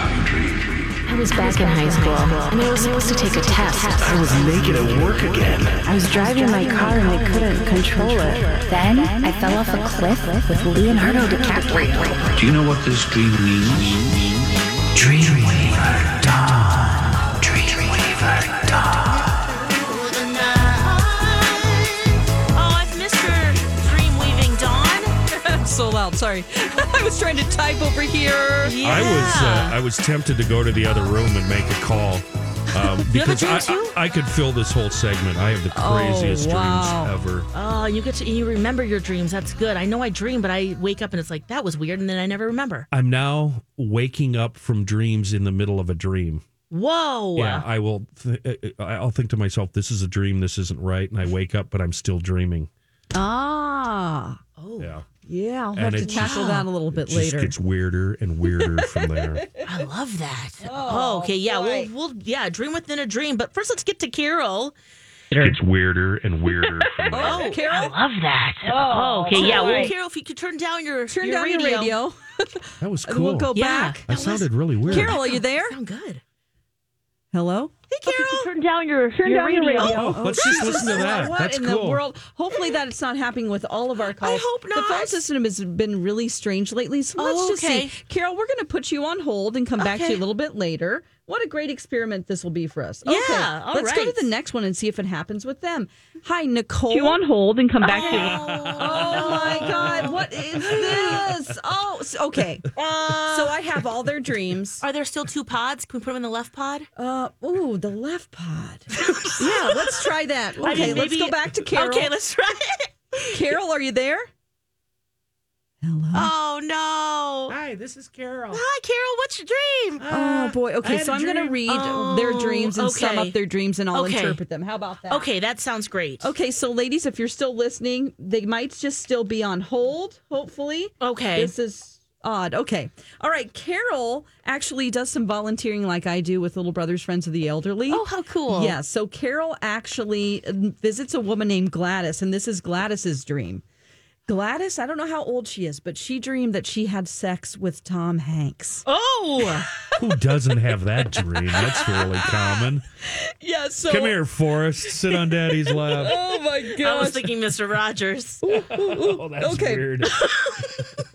Speaker 5: I was back in high school, and I was supposed to take a test.
Speaker 14: I was naked at work again.
Speaker 5: I was driving my car, and I couldn't control it. Then I fell off a cliff with Leonardo DiCaprio.
Speaker 11: Do you know what this dream means?
Speaker 13: Dreamweaver Dawn. Dreamweaver Dawn.
Speaker 4: Oh, I've missed her dream weaving, Dawn.
Speaker 3: so loud. Sorry. I was trying to type over here.
Speaker 6: I was uh, I was tempted to go to the other room and make a call um,
Speaker 4: You have a
Speaker 6: because
Speaker 4: dream
Speaker 6: I,
Speaker 4: too?
Speaker 6: I, I could fill this whole segment. I have the
Speaker 4: Oh,
Speaker 6: craziest
Speaker 4: wow.
Speaker 6: dreams ever.
Speaker 4: Oh, you get to you remember your dreams. That's good. I know I dream, but I wake up and it's like that was weird, and then I never remember.
Speaker 6: I'm now waking up from dreams in the middle of a dream.
Speaker 4: Whoa.
Speaker 6: Yeah, I will. Th- I- I'll think to myself, "This is a dream. This isn't right," and I wake up, but I'm still dreaming.
Speaker 3: Ah.
Speaker 6: Oh. Yeah.
Speaker 3: Yeah, I'll
Speaker 6: And
Speaker 3: have
Speaker 6: it
Speaker 3: to
Speaker 6: just-
Speaker 3: tackle that a little
Speaker 6: it
Speaker 3: bit
Speaker 6: just
Speaker 3: later.
Speaker 6: gets weirder and weirder from there.
Speaker 4: I love that. Oh, okay. Yeah, we'll, we'll yeah, dream within a dream. But first, let's get to Carol.
Speaker 6: It gets weirder and weirder. From there.
Speaker 4: Oh, Carol, I love that. Oh, okay. Yeah, well,
Speaker 3: boy.
Speaker 4: Carol, if you could turn down your
Speaker 3: Turn down your radio.
Speaker 6: That was
Speaker 3: And
Speaker 6: cool.
Speaker 3: we'll go back.
Speaker 6: I sounded really weird.
Speaker 3: Carol, are you there?
Speaker 4: Sound good.
Speaker 3: Hello?
Speaker 4: Hey, Carol. Turn down your
Speaker 3: Turn down your radio.
Speaker 6: Oh, let's just listen to that.
Speaker 3: What
Speaker 6: That's
Speaker 3: in the
Speaker 6: cool.
Speaker 3: world? Hopefully that it's not happening with all of our calls. I hope not. The phone system has been really strange lately, so let's
Speaker 4: Oh,
Speaker 3: just
Speaker 4: okay.
Speaker 3: see. Carol, we're going to put you on hold and come back to you
Speaker 4: Okay.
Speaker 3: a little bit later. What a great experiment this will be for us.
Speaker 4: Yeah,
Speaker 3: okay,
Speaker 4: all
Speaker 3: let's go
Speaker 4: right.
Speaker 3: to the next one and see if it happens with them. Hi, Nicole.
Speaker 1: You on hold and come back to you.
Speaker 3: Oh my God! What is this? Oh, s- okay.
Speaker 4: Oh.
Speaker 3: so I have all their dreams.
Speaker 4: Are there still two pods? Can we put them in the left pod?
Speaker 3: Uh, ooh, the left pod. yeah, let's try that. Okay,
Speaker 4: I mean,
Speaker 3: let's
Speaker 4: maybe-
Speaker 3: go back to Carol.
Speaker 4: Okay, let's try it.
Speaker 3: Carol, are you there?
Speaker 4: Oh no!
Speaker 15: Hi, this is Carol.
Speaker 4: Hi, Carol. What's your dream?
Speaker 3: Oh boy.
Speaker 4: Uh, I
Speaker 3: Okay,
Speaker 4: had
Speaker 3: so
Speaker 4: a
Speaker 3: I'm going to
Speaker 4: dream.
Speaker 3: read
Speaker 4: Oh,
Speaker 3: their dreams and sum
Speaker 4: okay.
Speaker 3: up their dreams, and I'll
Speaker 4: Okay.
Speaker 3: interpret them. How about that?
Speaker 4: Okay, that sounds great.
Speaker 3: Okay, so ladies, if you're still listening, they might just still be on hold, hopefully.
Speaker 4: Okay.
Speaker 3: This is odd. Okay. All right. Carol actually does some volunteering like I do with Little Brothers Friends of the Elderly. Oh,
Speaker 4: how cool.
Speaker 3: Yeah. So Carol actually um, visits a woman named Gladys, and this is Gladys's dream. Gladys, I don't know how old she is, but she dreamed that she had sex with Tom Hanks.
Speaker 4: Oh,
Speaker 6: Who doesn't have that dream? That's fairly common.
Speaker 3: yeah. So
Speaker 6: Come here, Forrest. Sit on Daddy's lap.
Speaker 3: Oh my gosh.
Speaker 4: I was thinking Mr. Rogers.
Speaker 6: Oh, that's
Speaker 3: Okay.
Speaker 6: weird.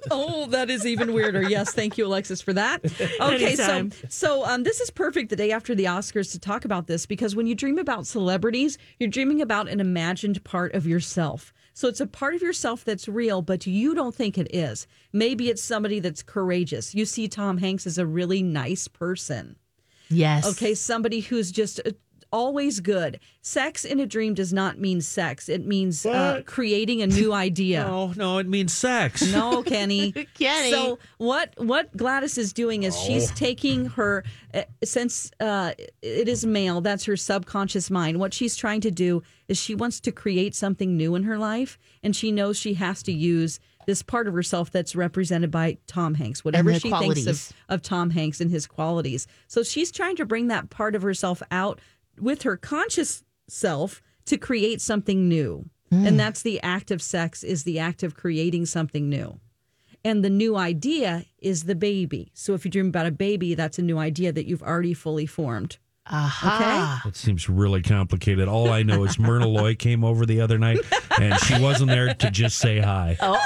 Speaker 3: Oh, that is even weirder. Yes, thank you, Alexis, for that. Okay, so
Speaker 4: Anytime.
Speaker 3: so um, this is perfect the day after the Oscars to talk about this because when you dream about celebrities, you're dreaming about an imagined part of yourself. So it's a part of yourself that's real, but you don't think it is. Maybe it's somebody that's courageous. You see Tom Hanks as a really nice person.
Speaker 4: Yes.
Speaker 3: Okay, somebody who's just uh, always good. Sex in a dream does not mean sex. It means uh, creating a new idea.
Speaker 6: No, Oh, no, it means sex.
Speaker 3: No, Kenny.
Speaker 4: Kenny.
Speaker 3: So what what Gladys is doing is she's taking her uh, since uh, it is male. That's her subconscious mind. What she's trying to do is she wants to create something new in her life, and she knows she has to use this part of herself that's represented by Tom Hanks. Whatever
Speaker 4: the
Speaker 3: she thinks
Speaker 4: qualities.
Speaker 3: of, of Tom Hanks and his qualities, so she's trying to bring that part of herself out with her conscious self to create something new. And that's the act of sex is the act of creating something new and the new idea is the baby. So if you dream about a baby, that's a new idea that you've already fully formed.
Speaker 4: Aha.
Speaker 6: That seems really complicated. All I know is Myrna Loy came over the other night and she wasn't there to just say hi.
Speaker 4: Oh,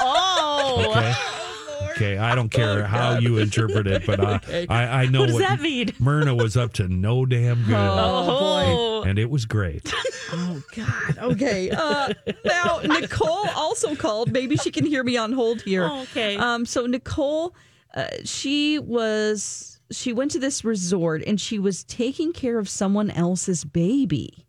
Speaker 4: oh.
Speaker 6: Okay. Okay, I don't care how you interpret it, but uh, I, I know
Speaker 4: What does
Speaker 6: what
Speaker 4: that mean?
Speaker 6: Myrna was up to no damn good.
Speaker 4: Oh, boy.
Speaker 6: And it was great.
Speaker 3: Oh God. Okay. Uh, now Nicole also called. Maybe she can hear me on hold here.
Speaker 4: Oh, okay.
Speaker 3: Um. So Nicole, uh, she was she went to this resort and she was taking care of someone else's baby.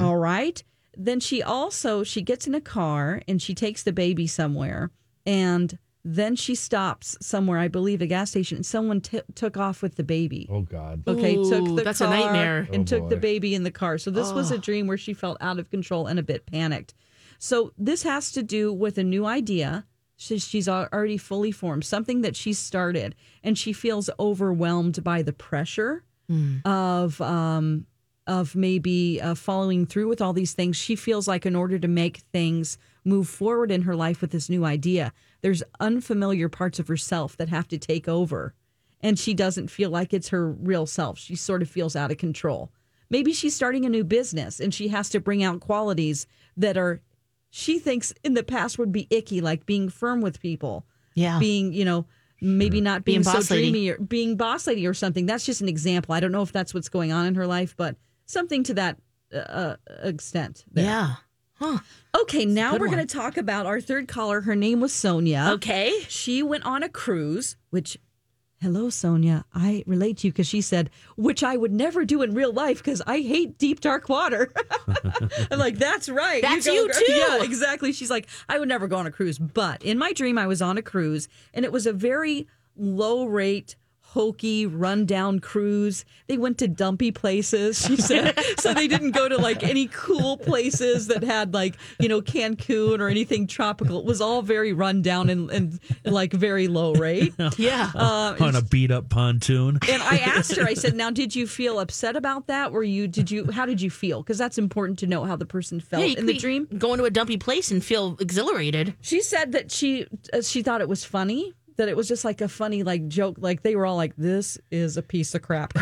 Speaker 3: All right. Then she also she gets in a car and she takes the baby somewhere and then she stops somewhere I believe a gas station and someone t- took off with the baby.
Speaker 6: Oh God.
Speaker 3: Okay, took
Speaker 4: Ooh,
Speaker 3: the
Speaker 4: that's a
Speaker 3: car
Speaker 4: nightmare.
Speaker 3: and
Speaker 6: Oh,
Speaker 3: took the
Speaker 6: boy.
Speaker 3: baby in the car. So this was a dream where she felt out of control and a bit panicked. So this has to do with a new idea. She, she's al- already fully formed something that she started, and she feels overwhelmed by the pressure
Speaker 4: Hmm.
Speaker 3: of um, of maybe uh, following through with all these things. She feels like in order to make things move forward in her life with this new idea, there's unfamiliar parts of herself that have to take over, and she doesn't feel like it's her real self. She sort of feels out of control. Maybe she's starting a new business and she has to bring out qualities that are she thinks in the past would be icky, like being firm with people.
Speaker 4: Yeah.
Speaker 3: Being, you know, maybe not being,
Speaker 4: Being
Speaker 3: so
Speaker 4: boss lady.
Speaker 3: dreamy or being boss lady or something. That's just an example. I don't know if that's what's going on in her life, but something to that uh, extent. There.
Speaker 4: Yeah. Huh.
Speaker 3: Okay, now
Speaker 4: good
Speaker 3: we're going
Speaker 4: one.
Speaker 3: to talk about our third caller. Her name was Sonia.
Speaker 4: Okay.
Speaker 3: She went on a cruise, which, hello, Sonia. I relate to you because she said, which I would never do in real life because I hate deep, dark water. I'm like, that's right.
Speaker 4: That's
Speaker 3: go,
Speaker 4: you
Speaker 3: girl."
Speaker 4: too.
Speaker 3: Yeah, exactly. She's like, I would never go on a cruise. But in my dream, I was on a cruise and it was a very low rate, hokey, rundown cruise. They went to dumpy places, she said. so they didn't go to like any cool places that had like, you know, Cancun or anything tropical. It was all very rundown and, and like very low rate.
Speaker 4: Yeah.
Speaker 3: Uh,
Speaker 6: on a beat up pontoon.
Speaker 3: and I asked her, I said, now, did you feel upset about that? Were you, did you, how did you feel? Because that's important to know how the person felt
Speaker 4: you
Speaker 3: Oh, in
Speaker 4: could
Speaker 3: the
Speaker 4: be
Speaker 3: dream.
Speaker 4: Going to a dumpy place and feel exhilarated.
Speaker 3: She said that she uh, she thought it was funny. That it was just like a funny like joke. Like they were all like, "This is a piece of crap."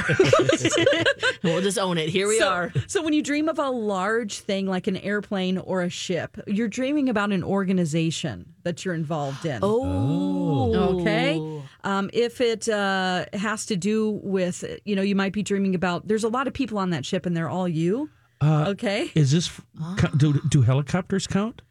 Speaker 4: We'll just own it. Here we
Speaker 3: so,
Speaker 4: are.
Speaker 3: So when you dream of a large thing like an airplane or a ship, you're dreaming about an organization that you're involved in.
Speaker 4: Oh.
Speaker 3: Okay. Um, if it uh, has to do with, you know, you might be dreaming about. There's a lot of people on that ship, and they're all you.
Speaker 6: Uh,
Speaker 3: Okay.
Speaker 6: Is this, do, do helicopters count?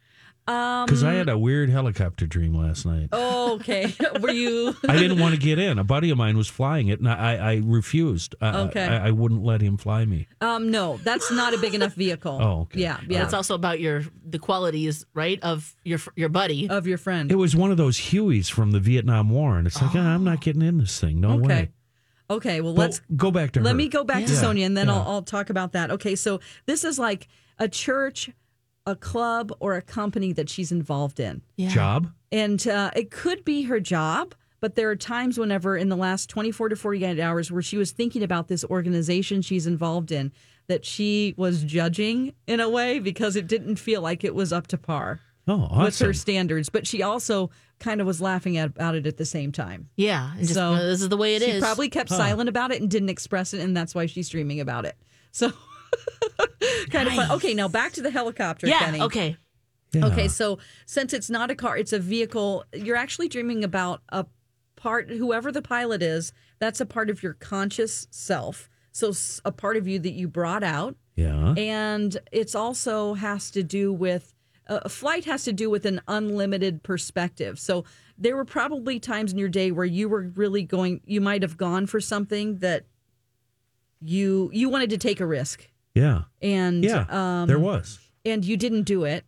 Speaker 3: Um,
Speaker 6: Because I had a weird helicopter dream last night.
Speaker 3: Oh, okay. Were you?
Speaker 6: I didn't want to get in. A buddy of mine was flying it, and I, I refused. I,
Speaker 3: Okay.
Speaker 6: I, I wouldn't let him fly me.
Speaker 3: Um, no, that's not a big enough vehicle.
Speaker 6: Oh, okay.
Speaker 3: Yeah,
Speaker 4: But
Speaker 3: yeah.
Speaker 4: it's also about your the qualities, right, of your your buddy
Speaker 3: of your friend.
Speaker 6: It was one of those Hueys from the Vietnam War, and it's like, "Ah, I'm not getting in this thing. No
Speaker 3: Okay.
Speaker 6: way.
Speaker 3: Okay, well,
Speaker 6: But
Speaker 3: let's
Speaker 6: go back to
Speaker 3: Let
Speaker 6: her.
Speaker 3: me go back to
Speaker 6: Yeah.
Speaker 3: Sonia, and then
Speaker 6: Yeah.
Speaker 3: I'll, I'll talk about that. Okay, so this is like a church, a club, or a company that she's involved in.
Speaker 4: Yeah.
Speaker 6: Job?
Speaker 3: and uh, it could be her job but there are times whenever in the last 24 to 48 hours where she was thinking about this organization she's involved in that she was judging in a way because it didn't feel like it was up to par
Speaker 6: Oh,
Speaker 3: with
Speaker 6: awesome.
Speaker 3: her standards but she also kind of was laughing at, about it at the same time
Speaker 4: Yeah, and just, "No, this is the way it
Speaker 3: it is. she
Speaker 4: is."
Speaker 3: probably kept
Speaker 4: Huh.
Speaker 3: silent about it and didn't express it and that's why she's dreaming about it so kind of fun okay now back to the helicopter
Speaker 4: Yeah,
Speaker 3: Kenny.
Speaker 4: okay.
Speaker 3: Okay, so since it's not a car, it's a vehicle, you're actually dreaming about a part, whoever the pilot is, that's a part of your conscious self. So s- a part of you that you brought out.
Speaker 6: Yeah.
Speaker 3: And it's also has to do with uh, flight has to do with an unlimited perspective. So there were probably times in your day where you were really going, you might have gone for something that you you wanted to take a risk
Speaker 6: Yeah.
Speaker 3: and
Speaker 6: Yeah,
Speaker 3: um,
Speaker 6: there was.
Speaker 3: and you didn't do it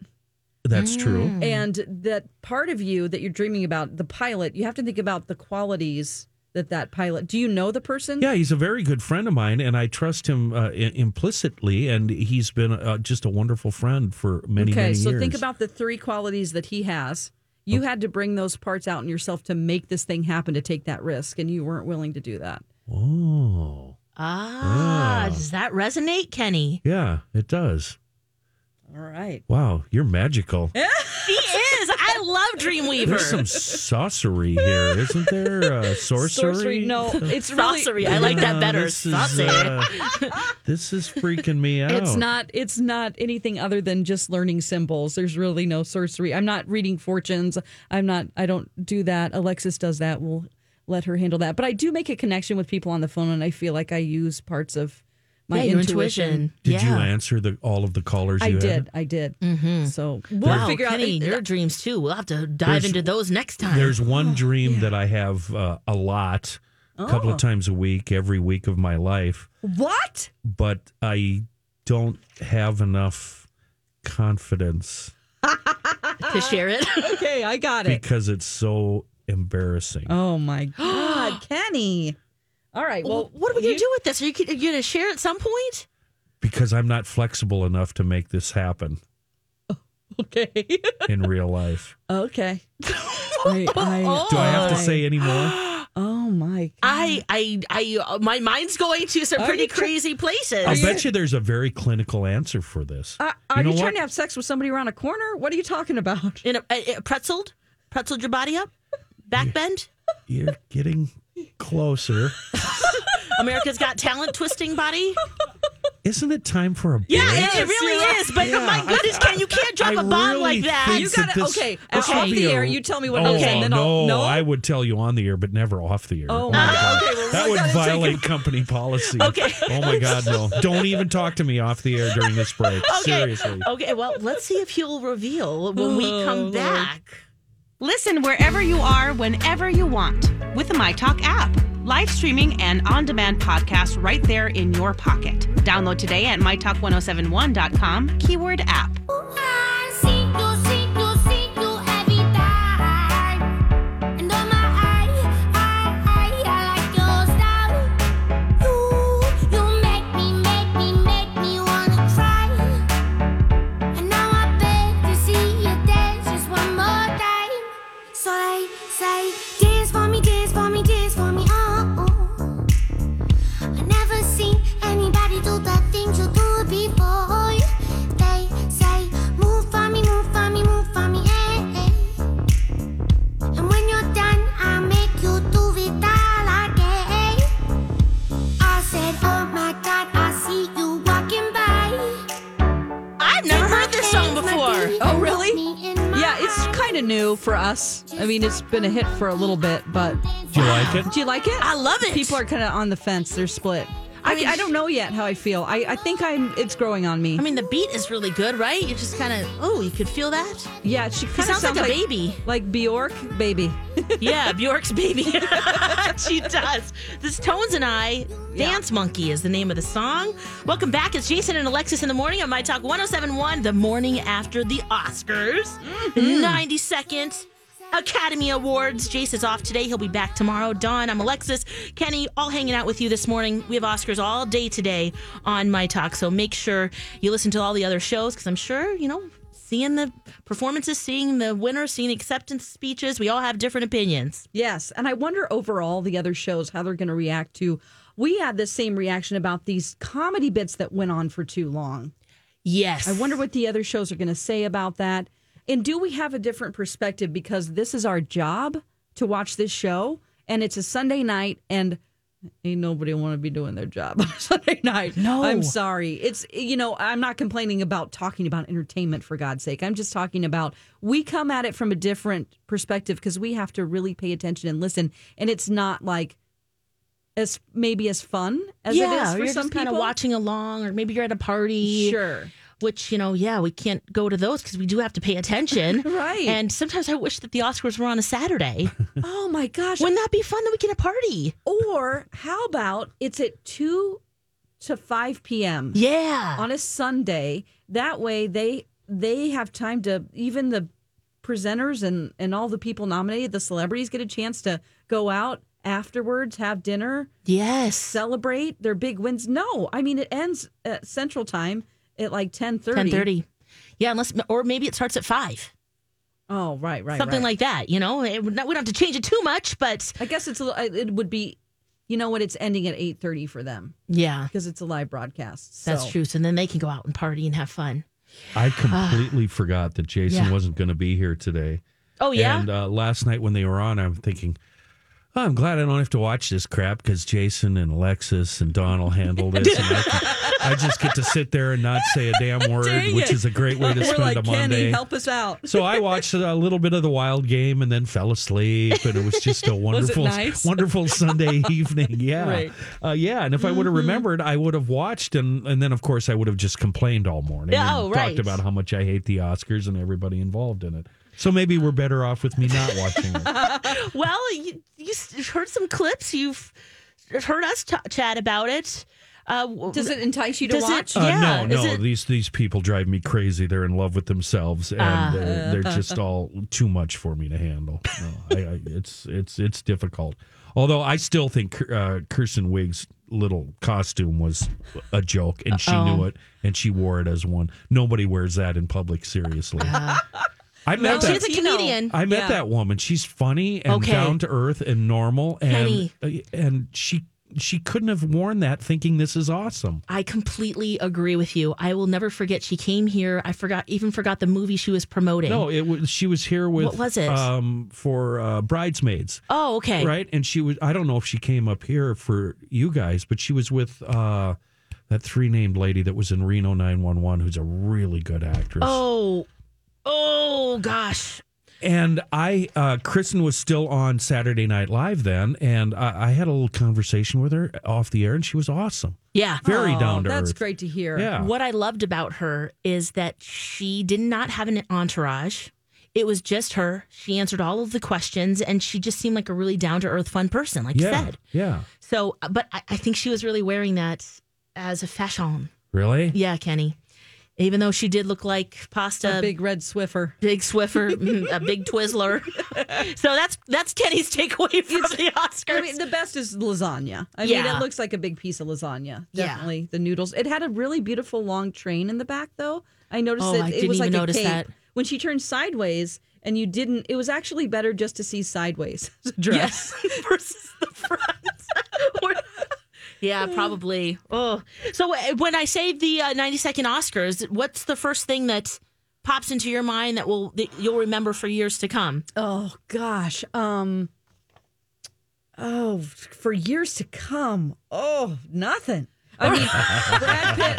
Speaker 6: That's true.
Speaker 3: and that part of you that you're dreaming about, the pilot, you have to think about the qualities that that pilot. Do you know the person?
Speaker 6: Yeah, he's a very good friend of mine, and I trust him uh, I- implicitly, and he's been uh, just a wonderful friend for many,
Speaker 3: okay,
Speaker 6: many
Speaker 3: so
Speaker 6: years. Oh.
Speaker 3: think about the three qualities that he has. You had to bring those parts out in yourself to make this thing happen, to take that risk, and you weren't willing to do that.
Speaker 6: oh,
Speaker 4: Ah, does that resonate, Kenny?
Speaker 6: yeah, it does.
Speaker 3: All right.
Speaker 6: Wow, you're magical.
Speaker 4: She is. I love Dreamweaver.
Speaker 6: There's some sorcery here, isn't there? Uh, sorcery?
Speaker 3: No, it's really
Speaker 4: Sorcery. I like that
Speaker 6: Yeah,
Speaker 4: better.
Speaker 6: this is,
Speaker 4: Sorcery.
Speaker 6: uh, This is freaking me out.
Speaker 3: It's not. It's not anything other than just learning symbols. There's really no sorcery. I'm not reading fortunes. I'm not. I don't do that. Alexis does that. We'll let her handle that. But I do make a connection with people on the phone, and I feel like I use parts of my
Speaker 4: Yeah, your
Speaker 3: intuition.
Speaker 4: intuition.
Speaker 6: Did you
Speaker 4: Yeah.
Speaker 6: answer the all of the callers?
Speaker 3: I
Speaker 6: you
Speaker 3: did.
Speaker 6: Had?
Speaker 3: I did. So we'll
Speaker 4: Mm-hmm. wow,
Speaker 3: figure
Speaker 4: Kenny,
Speaker 3: out.
Speaker 4: your dreams too. We'll have to dive
Speaker 6: There's-
Speaker 4: into those next time.
Speaker 6: There's one dream that I have uh, a lot, a couple
Speaker 4: Oh.
Speaker 6: of times a week, every week of my life,
Speaker 3: what?
Speaker 6: but I don't have enough confidence
Speaker 4: to share it.
Speaker 3: okay, I got it.
Speaker 6: because it's so embarrassing.
Speaker 3: Oh my God, Kenny! All right. Well,
Speaker 4: what are we gonna do with this? Are you, are you gonna share at some point?
Speaker 6: Because I'm not flexible enough to make this happen
Speaker 3: Okay.
Speaker 6: in real life.
Speaker 3: okay. I, I,
Speaker 6: Do I have to say any more?
Speaker 3: Oh my!
Speaker 4: I, I, I, uh, my mind's going to some
Speaker 3: Are
Speaker 4: pretty
Speaker 3: you tr-
Speaker 4: crazy places.
Speaker 6: I bet you there's a very clinical answer for this.
Speaker 3: Uh, are
Speaker 6: You
Speaker 3: you,
Speaker 6: know what?
Speaker 3: trying to have sex with somebody around a corner? What are you talking about?
Speaker 4: In a, a, a pretzeled, pretzeled your body up, back bend.
Speaker 6: You're getting closer.
Speaker 4: America's Got Talent twisting body.
Speaker 6: Isn't it time for a break?
Speaker 4: Yeah, it, it really is. But
Speaker 6: Yeah,
Speaker 4: my goodness, Ken, you can't drop
Speaker 6: I
Speaker 4: a bomb
Speaker 6: really
Speaker 4: like that.
Speaker 6: think
Speaker 4: You
Speaker 6: that
Speaker 4: gotta-
Speaker 6: this-
Speaker 4: okay,
Speaker 6: this
Speaker 4: okay.
Speaker 6: would be
Speaker 4: Off the
Speaker 6: a-
Speaker 4: air, you tell me what
Speaker 6: oh,
Speaker 4: it is, and then
Speaker 6: no,
Speaker 4: I'll- no?
Speaker 6: I would tell you on the air, but never off the air.
Speaker 4: Oh,
Speaker 6: my
Speaker 4: my
Speaker 6: God.
Speaker 4: God. Okay, well,
Speaker 6: that
Speaker 4: we
Speaker 6: would
Speaker 4: gotta take a-
Speaker 6: violate company policy.
Speaker 4: Okay.
Speaker 6: Oh my God, no! Don't even talk to me off the air during this break.
Speaker 4: Okay.
Speaker 6: Seriously.
Speaker 4: Okay. Well, let's see if he'll reveal when we come back.
Speaker 1: Listen wherever you are, whenever you want, with the MyTalk app. Live streaming and on demand podcasts right there in your pocket. Download today at mytalk1071.com, keyword app.
Speaker 5: Dance for me, dance for me, dance for me, oh, oh. I never seen anybody do the things you do before. They say, move for me, move for me, move for me, eh, eh. And when you're done, I make you do it all again. I said, oh my God, I see you walking by.
Speaker 4: I've never heard this song before.
Speaker 3: Oh, really? Yeah, it's kind of new for us. I mean, it's been a hit for a little bit, but
Speaker 6: Do you like it?
Speaker 3: do you like it?
Speaker 4: I love it.
Speaker 3: People are kind of on the fence; they're split. I, I don't know yet how I feel. I, I think I'm. It's growing on me.
Speaker 4: I mean, the beat is really good, right? You just kind of, oh, you could feel that.
Speaker 3: Yeah, she kind of
Speaker 4: sounds like a baby.
Speaker 3: like Bjork baby.
Speaker 4: yeah, Bjork's baby. she does. This Tones and I, Dance Monkey is the name of the song. Welcome back. It's Jason and Alexis in the morning on My Talk 1071, the morning after the Oscars. Hmm. 92nd Academy Awards. Jason's off today. He'll be back tomorrow. Dawn, I'm Alexis. Kenny, all hanging out with you this morning. We have Oscars all day today on My Talk. So make sure you listen to all the other shows because I'm sure, you know, seeing the performances, seeing the winners, seeing the acceptance speeches, we all have different opinions.
Speaker 3: Yes, and I wonder overall the other shows how they're going to react to. We had the same reaction about these comedy bits that went on for too long.
Speaker 4: Yes.
Speaker 3: I wonder what the other shows are going to say about that. And do we have a different perspective because this is our job to watch this show and it's a Sunday night and ain't nobody want to be doing their job on a Sunday night.
Speaker 4: No.
Speaker 3: I'm sorry. It's you know, I'm not complaining about talking about entertainment for God's sake. I'm just talking about we come at it from a different perspective because we have to really pay attention and listen and it's not like as maybe as fun as it is for
Speaker 4: you're
Speaker 3: some
Speaker 4: just kind of
Speaker 3: people.
Speaker 4: watching along, or maybe you're at a party.
Speaker 3: Sure.
Speaker 4: Which you know, yeah, we can't go to those because we do have to pay attention,
Speaker 3: Right.
Speaker 4: And sometimes I wish that the Oscars were on a Saturday.
Speaker 3: Oh my gosh.
Speaker 4: Wouldn't that be fun that we get a party?
Speaker 3: Or how about it's at 2 to 5 p.m.
Speaker 4: Yeah.
Speaker 3: On a Sunday. That way they they have time to even the presenters and and all the people nominated, the celebrities get a chance to go out afterwards, have dinner,
Speaker 4: yes,
Speaker 3: celebrate their big wins. No, I mean it ends at Central Time at like 10:30.
Speaker 4: Ten thirty. Yeah, unless or maybe it starts at five,
Speaker 3: Oh, right, right.
Speaker 4: something
Speaker 3: right.
Speaker 4: like that. You know, It would not- we don't have to change it too much, but
Speaker 3: I guess it's a, li- it would be you know what it's ending at 8:30 for them
Speaker 4: yeah,
Speaker 3: because it's a live broadcast.
Speaker 4: that's
Speaker 3: so.
Speaker 4: true. So then they can go out and party and have fun.
Speaker 6: I completely forgot that Jason
Speaker 4: Yeah.
Speaker 6: wasn't going to be here today.
Speaker 4: Oh, yeah?
Speaker 6: And uh, last night when they were on, I'm thinking, "Oh, I'm glad I don't have to watch this crap because Jason and Alexis and Don will handle this. and I, can- I just get to sit there and not say a damn word,
Speaker 3: Dang
Speaker 6: which
Speaker 3: it.
Speaker 6: is a great way to
Speaker 3: We're
Speaker 6: spend
Speaker 3: like,
Speaker 6: a
Speaker 3: Kenny,
Speaker 6: Monday.
Speaker 3: help us out.
Speaker 6: So I watched a little bit of the Wild Game and then fell asleep, and it was just a
Speaker 3: Was it
Speaker 6: wonderful,
Speaker 3: nice?
Speaker 6: wonderful Sunday evening. Yeah,
Speaker 3: Right.
Speaker 6: uh, yeah. And if I would have remembered, I would have watched, and and then of course I would have just complained all morning.
Speaker 4: Yeah,
Speaker 6: and
Speaker 4: oh, right.
Speaker 6: Talked about how much I hate the Oscars and everybody involved in it. So maybe we're better off with me not watching it.
Speaker 4: well, you, you s- heard some clips. You've heard us t- chat about it. Uh, w-
Speaker 3: Does it entice you to
Speaker 4: does it-
Speaker 3: watch?
Speaker 6: Uh,
Speaker 4: yeah.
Speaker 6: no,
Speaker 4: is
Speaker 6: no,
Speaker 4: it-
Speaker 6: these these people drive me crazy. They're in love with themselves, and
Speaker 4: Ah.
Speaker 6: they're, they're just all too much for me to handle. No, I, I, it's it's it's difficult. Although I still think uh, Kirsten Wig's little costume was a joke, and she
Speaker 4: Uh-oh.
Speaker 6: knew it, and she wore it as one. Nobody wears that in public seriously.
Speaker 4: Uh-huh.
Speaker 6: I met
Speaker 4: she's
Speaker 6: that.
Speaker 4: a comedian.
Speaker 6: I met
Speaker 4: Yeah.
Speaker 6: that woman. She's funny and
Speaker 4: Okay.
Speaker 6: down to earth and normal, and uh,
Speaker 4: Penny.
Speaker 6: and she she couldn't have worn that thinking this is awesome.
Speaker 4: I completely agree with you. I will never forget. She came here. I forgot, even forgot the movie she was promoting.
Speaker 6: No, it was. She was here with.
Speaker 4: What was it?
Speaker 6: Um, for uh, bridesmaids,
Speaker 4: Oh, okay.
Speaker 6: right? And she was. I don't know if she came up here for you guys, but she was with uh, that three named lady that was in Reno nine one one, who's a really good actress.
Speaker 4: Oh, oh gosh.
Speaker 6: And I, uh, Kristen was still on Saturday Night Live then, and I, I had a little conversation with her off the air, and she was awesome.
Speaker 4: Yeah.
Speaker 6: very down to
Speaker 3: Oh, That's
Speaker 6: earth.
Speaker 3: great to hear.
Speaker 6: Yeah.
Speaker 4: What I loved about her is that she did not have an entourage. It was just her. She answered all of the questions and she just seemed like a really down to earth, fun person, like
Speaker 6: yeah,
Speaker 4: you said.
Speaker 6: yeah.
Speaker 4: So, uh, but I, I think she was really wearing that as a fashion.
Speaker 6: Really?
Speaker 4: Yeah, Kenny. Even though she did look like pasta,
Speaker 3: A big red Swiffer.
Speaker 4: big Swiffer, mm, a big Twizzler. so that's that's Kenny's takeaway from the Oscars.
Speaker 3: I mean, the best is lasagna. I mean,
Speaker 4: Yeah.
Speaker 3: it looks like a big piece of lasagna.
Speaker 4: Yeah.
Speaker 3: Definitely the noodles. It had a really beautiful long train in the back, though. I noticed
Speaker 4: Oh,
Speaker 3: that
Speaker 4: I
Speaker 3: it
Speaker 4: didn't
Speaker 3: was
Speaker 4: even
Speaker 3: like
Speaker 4: notice
Speaker 3: a cape.
Speaker 4: that.
Speaker 3: When she turned sideways and you didn't, it was actually better just to see sideways as a dress.
Speaker 4: versus the front. Or- yeah, probably. Oh, so uh, when I say the uh, 92nd Oscars, what's the first thing that pops into your mind that will that you'll remember for years to come?
Speaker 3: Oh gosh. Um. Oh, for years to come. Oh, nothing. I mean, Brad Pitt.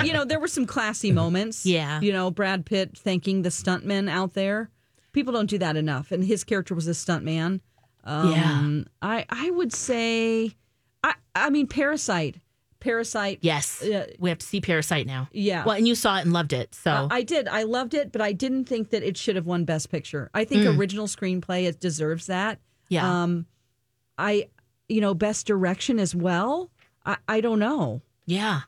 Speaker 3: uh, you know, there were some classy moments.
Speaker 4: Yeah.
Speaker 3: You know, Brad Pitt thanking the stuntmen out there. People don't do that enough, and his character was a stuntman. Um, I I would say, I I mean, Parasite. Parasite.
Speaker 4: Yes. we have to see Parasite now.
Speaker 3: Yeah.
Speaker 4: Well, and you saw it and loved it. So
Speaker 3: Uh, I did. I loved it, but I didn't think that it should have won Best Picture. I think
Speaker 4: Mm.
Speaker 3: original screenplay it deserves that.
Speaker 4: Yeah.
Speaker 3: Um, I, you know, Best Direction as well. I, I don't know.
Speaker 4: Yeah.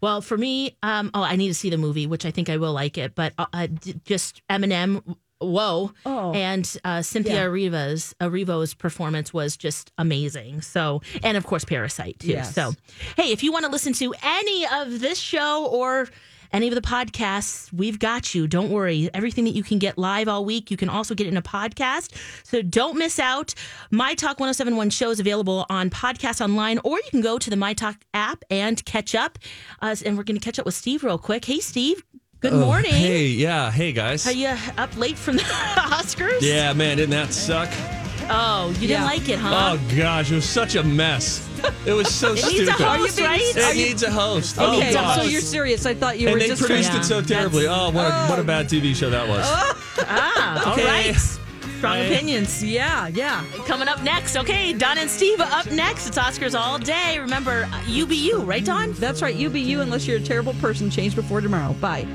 Speaker 4: Well, for me, um, oh, I need to see the movie, which I think I will like it. But uh, uh, d- just Eminem, whoa,
Speaker 3: Oh.
Speaker 4: and uh, Cynthia
Speaker 3: Yeah.
Speaker 4: Arriva's Arrivo's performance was just amazing. So, and of course, Parasite too.
Speaker 15: Yes.
Speaker 4: So, hey, if you want to listen to any of this show or any of the podcasts, we've got you. Don't worry. Everything that you can get live all week, you can also get in a podcast. So don't miss out. My Talk 1071 show is available on podcast online, or you can go to the My Talk app and catch up. Uh, and we're going to catch up with Steve real quick. Hey, Steve. Good
Speaker 16: Oh,
Speaker 4: morning.
Speaker 16: Hey, yeah. Hey, guys.
Speaker 4: Are you up late from the Oscars?
Speaker 16: Yeah, man, didn't that suck?
Speaker 4: Oh, you didn't like it, huh?
Speaker 16: Oh gosh, it was such a mess. It was so
Speaker 4: It
Speaker 16: stupid.
Speaker 4: needs a host, right? Are
Speaker 16: It
Speaker 4: you-
Speaker 16: needs a host.
Speaker 4: It
Speaker 16: oh
Speaker 4: needs a
Speaker 16: gosh.
Speaker 3: So you're serious? I thought you
Speaker 16: and
Speaker 3: were
Speaker 16: they
Speaker 3: just
Speaker 16: produced it so terribly. Oh, what a, what a bad TV show that was.
Speaker 4: Oh. ah,
Speaker 16: Okay.
Speaker 4: all right. Strong
Speaker 16: Bye.
Speaker 4: opinions.
Speaker 3: Yeah, yeah.
Speaker 4: Coming up next. Okay, Don and Steve up next. It's Oscars all day. Remember, uh, you be you, right, Don?
Speaker 3: That's right. You be you unless you're a terrible person. Change before tomorrow. Bye.